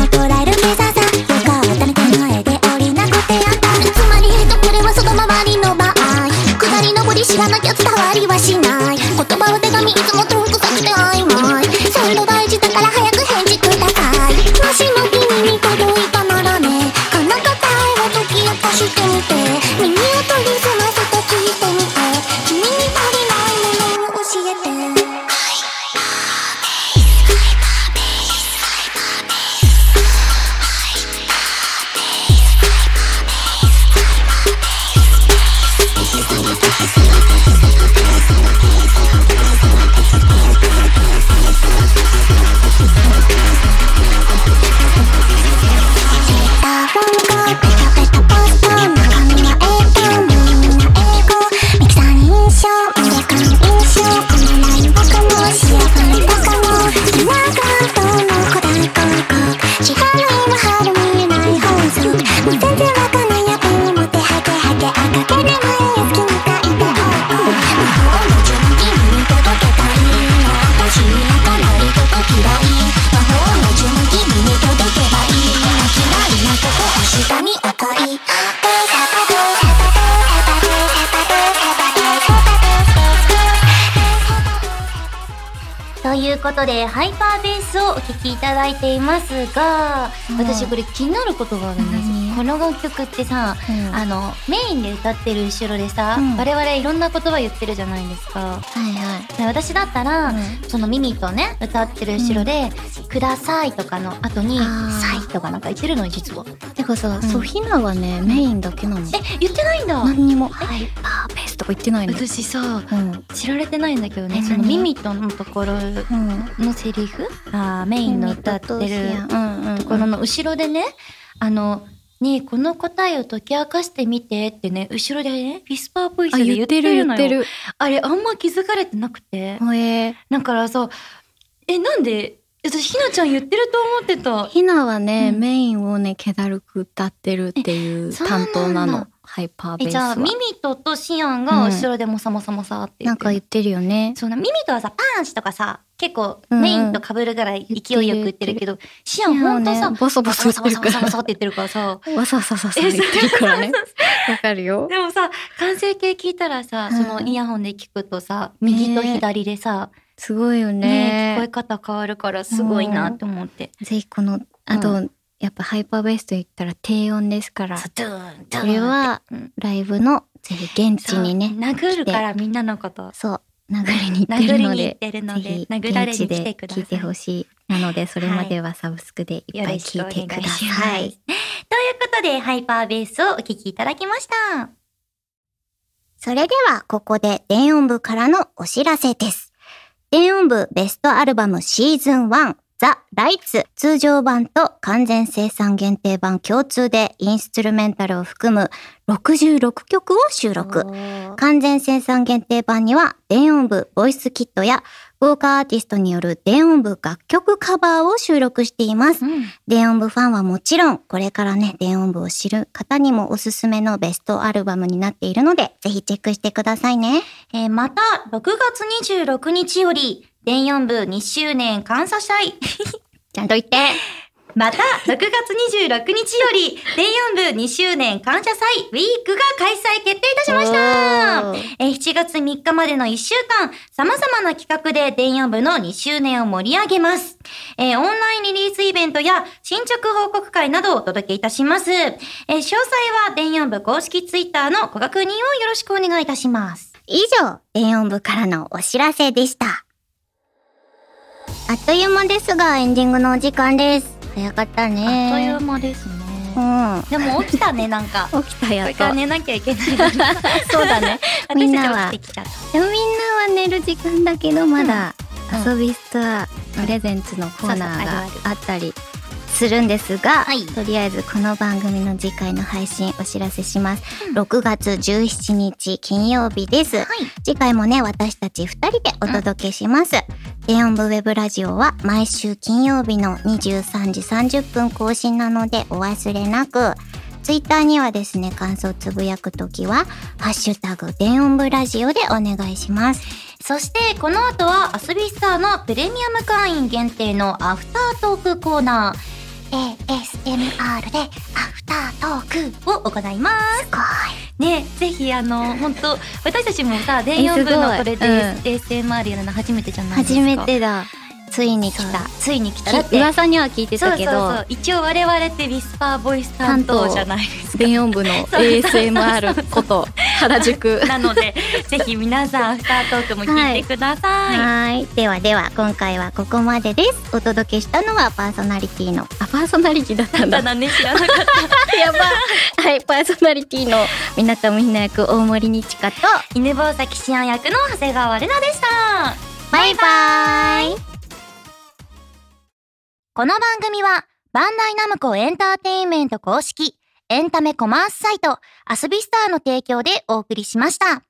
[SPEAKER 2] ことで、ハイパーベースをお聴きいただいていますが、私これ気になることがあるんです
[SPEAKER 1] 何
[SPEAKER 2] この楽曲ってさ、
[SPEAKER 1] うん
[SPEAKER 2] あの、メインで歌ってる後ろでさ、
[SPEAKER 1] うん
[SPEAKER 2] 我々いろんな言葉言ってるじゃないですか。
[SPEAKER 1] はいはい。
[SPEAKER 2] で私だったら、
[SPEAKER 1] うん
[SPEAKER 2] そのミミとね、歌ってる後ろで、くださいとかの後に、
[SPEAKER 1] あー
[SPEAKER 2] さいとかなんか言ってるのに実は。
[SPEAKER 1] てかさ、
[SPEAKER 3] ん
[SPEAKER 1] ソフィナはね、メインだけなの。
[SPEAKER 2] え、言ってないんだ
[SPEAKER 1] 何にも、ハイパーベースとか言ってないの。
[SPEAKER 2] 私さ、
[SPEAKER 1] うん。
[SPEAKER 2] 知られてないんだけどね、
[SPEAKER 1] え
[SPEAKER 2] その
[SPEAKER 1] 何
[SPEAKER 2] ミミとのところ
[SPEAKER 1] うん。
[SPEAKER 2] のセリフあーメインの歌ってる
[SPEAKER 1] ミミとトシ
[SPEAKER 2] う
[SPEAKER 1] ヤ
[SPEAKER 2] んうんところの後ろでね、あの、ねえこの答えを解き明かしてみてってね、後ろでね、ウィスパーボイス
[SPEAKER 3] あ、
[SPEAKER 2] で
[SPEAKER 3] 言
[SPEAKER 2] 言っ
[SPEAKER 3] って
[SPEAKER 2] て
[SPEAKER 3] る
[SPEAKER 2] る
[SPEAKER 3] 言
[SPEAKER 2] の
[SPEAKER 3] っ
[SPEAKER 2] よ。
[SPEAKER 3] てる。
[SPEAKER 2] あれ、あんま気づかれてなくて。
[SPEAKER 1] ほえー。
[SPEAKER 2] だからさ、え、なんで、私、ひなちゃん言ってると思ってた。
[SPEAKER 1] ひなはね、
[SPEAKER 2] うん
[SPEAKER 1] メインをね、気だるく歌ってるっていう
[SPEAKER 2] えそうな
[SPEAKER 1] 担
[SPEAKER 2] んだ
[SPEAKER 1] 当なの。ハイパーベ
[SPEAKER 2] え、
[SPEAKER 1] ース
[SPEAKER 2] じゃ
[SPEAKER 1] は。
[SPEAKER 2] あ、ミミトとシアンが後ろでもさもさもさって言
[SPEAKER 1] な
[SPEAKER 2] っ
[SPEAKER 1] ん
[SPEAKER 2] てる
[SPEAKER 1] か言ってるよね。
[SPEAKER 2] そうな、ミミトはさ、パンチとかさ、結構
[SPEAKER 1] うんうん
[SPEAKER 2] メインと被るぐらい勢いよく言ってるけど、シアンほんとさ、
[SPEAKER 1] ボソボ
[SPEAKER 2] ボ
[SPEAKER 1] ソ
[SPEAKER 2] ソ
[SPEAKER 1] 言っ
[SPEAKER 2] ボ
[SPEAKER 1] て
[SPEAKER 2] ソ
[SPEAKER 1] るか
[SPEAKER 2] ボソボ
[SPEAKER 1] ら。
[SPEAKER 2] ソって言ってるからさ、
[SPEAKER 1] わさわさわさわさ言ってるからね。わかるよ。
[SPEAKER 2] でもさ、完成形聞いたらさ、
[SPEAKER 1] うん
[SPEAKER 2] そのイヤホンで聞くとさ、右と左でさ、
[SPEAKER 1] すごいよ
[SPEAKER 2] ね聞こ
[SPEAKER 1] ね。
[SPEAKER 2] え方変わるからすごいなって思って。
[SPEAKER 1] ぜひこの、あと、やっぱハイパーベースと言ったら低音ですから、
[SPEAKER 2] さドゥーン、ドゥーンって
[SPEAKER 1] これ、は
[SPEAKER 2] うん
[SPEAKER 1] ライブの、ぜひ現地にね、
[SPEAKER 2] そう殴るからみんなのこと。
[SPEAKER 1] そう、殴りに行って
[SPEAKER 2] 殴
[SPEAKER 1] る
[SPEAKER 2] り
[SPEAKER 1] の
[SPEAKER 2] に行っ
[SPEAKER 1] で、
[SPEAKER 2] てる
[SPEAKER 1] ぜ
[SPEAKER 2] ので
[SPEAKER 1] ひ、
[SPEAKER 2] 殴られ
[SPEAKER 1] 現地
[SPEAKER 2] に来
[SPEAKER 1] で
[SPEAKER 2] てくださ
[SPEAKER 1] 聞
[SPEAKER 2] い。
[SPEAKER 1] いてほしい。なので、それまではサブスクでいっ
[SPEAKER 2] よ
[SPEAKER 1] ぱい
[SPEAKER 2] ろしくお
[SPEAKER 1] 聞い
[SPEAKER 2] 願い
[SPEAKER 1] てく
[SPEAKER 2] しま
[SPEAKER 1] だ
[SPEAKER 2] す。
[SPEAKER 1] さ
[SPEAKER 2] とい。
[SPEAKER 1] いう
[SPEAKER 2] ことで、ハイパーベースをお聞きいただきました。
[SPEAKER 1] それではここで電音部からのお知らせです。電音部ベストアルバムシーズン1ザ・ライツ通常版と完全生産限定版共通でインストゥルメンタルを含む66曲を収録。完全生産限定版には電音部ボイスキットや豪華アーティストによる電音部楽曲カバーを収録しています。
[SPEAKER 2] うん
[SPEAKER 1] 電音部ファンはもちろん、これからね、電音部を知る方にもおすすめのベストアルバムになっているので、ぜひチェックしてくださいね。
[SPEAKER 2] えーまた、6月26日より、電4部2周年感謝祭。
[SPEAKER 1] ちゃんと言って。
[SPEAKER 2] また、6月26日より、電4部2周年感謝祭ウィークが開催決定いたしました
[SPEAKER 1] おー
[SPEAKER 2] えー !7 月3日までの1週間、様々な企画で電4部の2周年を盛り上げます。えーオンラインリリースイベントや進捗報告会などをお届けいたします。えー詳細は電4部公式ツイッターのご確認をよろしくお願いいたします。
[SPEAKER 1] 以上、電音部からのお知らせでした。あっという間ですが、エンディングのお時間です。早かった
[SPEAKER 2] あっとい
[SPEAKER 1] ね。
[SPEAKER 2] う間ですね。
[SPEAKER 1] うん。
[SPEAKER 2] [LAUGHS] でも起きたね、 [LAUGHS] なんか。こ
[SPEAKER 1] 起きたや
[SPEAKER 2] れ
[SPEAKER 1] っ
[SPEAKER 2] から
[SPEAKER 1] と。
[SPEAKER 2] 寝なきゃいけないの [LAUGHS] に。
[SPEAKER 1] そうだね。みん
[SPEAKER 2] 私
[SPEAKER 1] な
[SPEAKER 2] た
[SPEAKER 1] は
[SPEAKER 2] ち起きてきちゃった。
[SPEAKER 1] でもみんなは寝る時間だけど、まだ
[SPEAKER 2] うん
[SPEAKER 1] 遊びストアプレゼンツのコーナーが
[SPEAKER 2] そうそう
[SPEAKER 1] あったりするんですが、
[SPEAKER 2] はい
[SPEAKER 1] とりあえずこの番組の次回の配信お知らせします。6月17日金曜日です。
[SPEAKER 2] はい。
[SPEAKER 1] 次回もね、私たち2人でお届けします。電音部ウェブラジオは毎週金曜日の23時30分更新なのでお忘れなく。ツイッターにはですね、感想つぶやくときは、ハッシュタグ、電音部ラジオでお願いします。
[SPEAKER 2] そして、この後は、遊びスターのプレミアム会員限定のアフタートークコーナ
[SPEAKER 4] ASMR でアフタートーク
[SPEAKER 2] ーを行います。
[SPEAKER 1] ご
[SPEAKER 2] ね、ぜひ、あの、本当私たちもさ、電4部のこれで
[SPEAKER 1] えす
[SPEAKER 2] ASMR やるの初めてじゃないです
[SPEAKER 1] 初
[SPEAKER 2] か。
[SPEAKER 1] めてだ。ついに来
[SPEAKER 2] そう
[SPEAKER 1] た。
[SPEAKER 2] ついに来た。だっ
[SPEAKER 1] き
[SPEAKER 2] て、
[SPEAKER 1] 噂には聞いて
[SPEAKER 2] そう
[SPEAKER 1] た
[SPEAKER 2] そう
[SPEAKER 1] け
[SPEAKER 2] そ
[SPEAKER 1] ど、
[SPEAKER 2] う。一応我々ってウィスパーボイス担当じゃないですか。
[SPEAKER 3] 電音部の ASMR こと原
[SPEAKER 2] [LAUGHS]
[SPEAKER 3] 宿。
[SPEAKER 2] なので、ぜひ皆さん、アフタートークも聞いてください。
[SPEAKER 1] はい。ではでは、今回はここまでです。お届けしたのはパーソナリティの、
[SPEAKER 3] あ、パーソナリティだったんだ
[SPEAKER 2] だ。ね、知らなかっ
[SPEAKER 1] [LAUGHS]
[SPEAKER 2] た。
[SPEAKER 1] やばはい、パーソナリティの港みんな役大森にちかと、
[SPEAKER 2] 犬吠埼シアン役の長谷川玲奈でした。
[SPEAKER 1] バイバイ
[SPEAKER 2] この番組は、バンダイナムコエンターテインメント公式、エンタメコマースサイト、遊びスターの提供でお送りしました。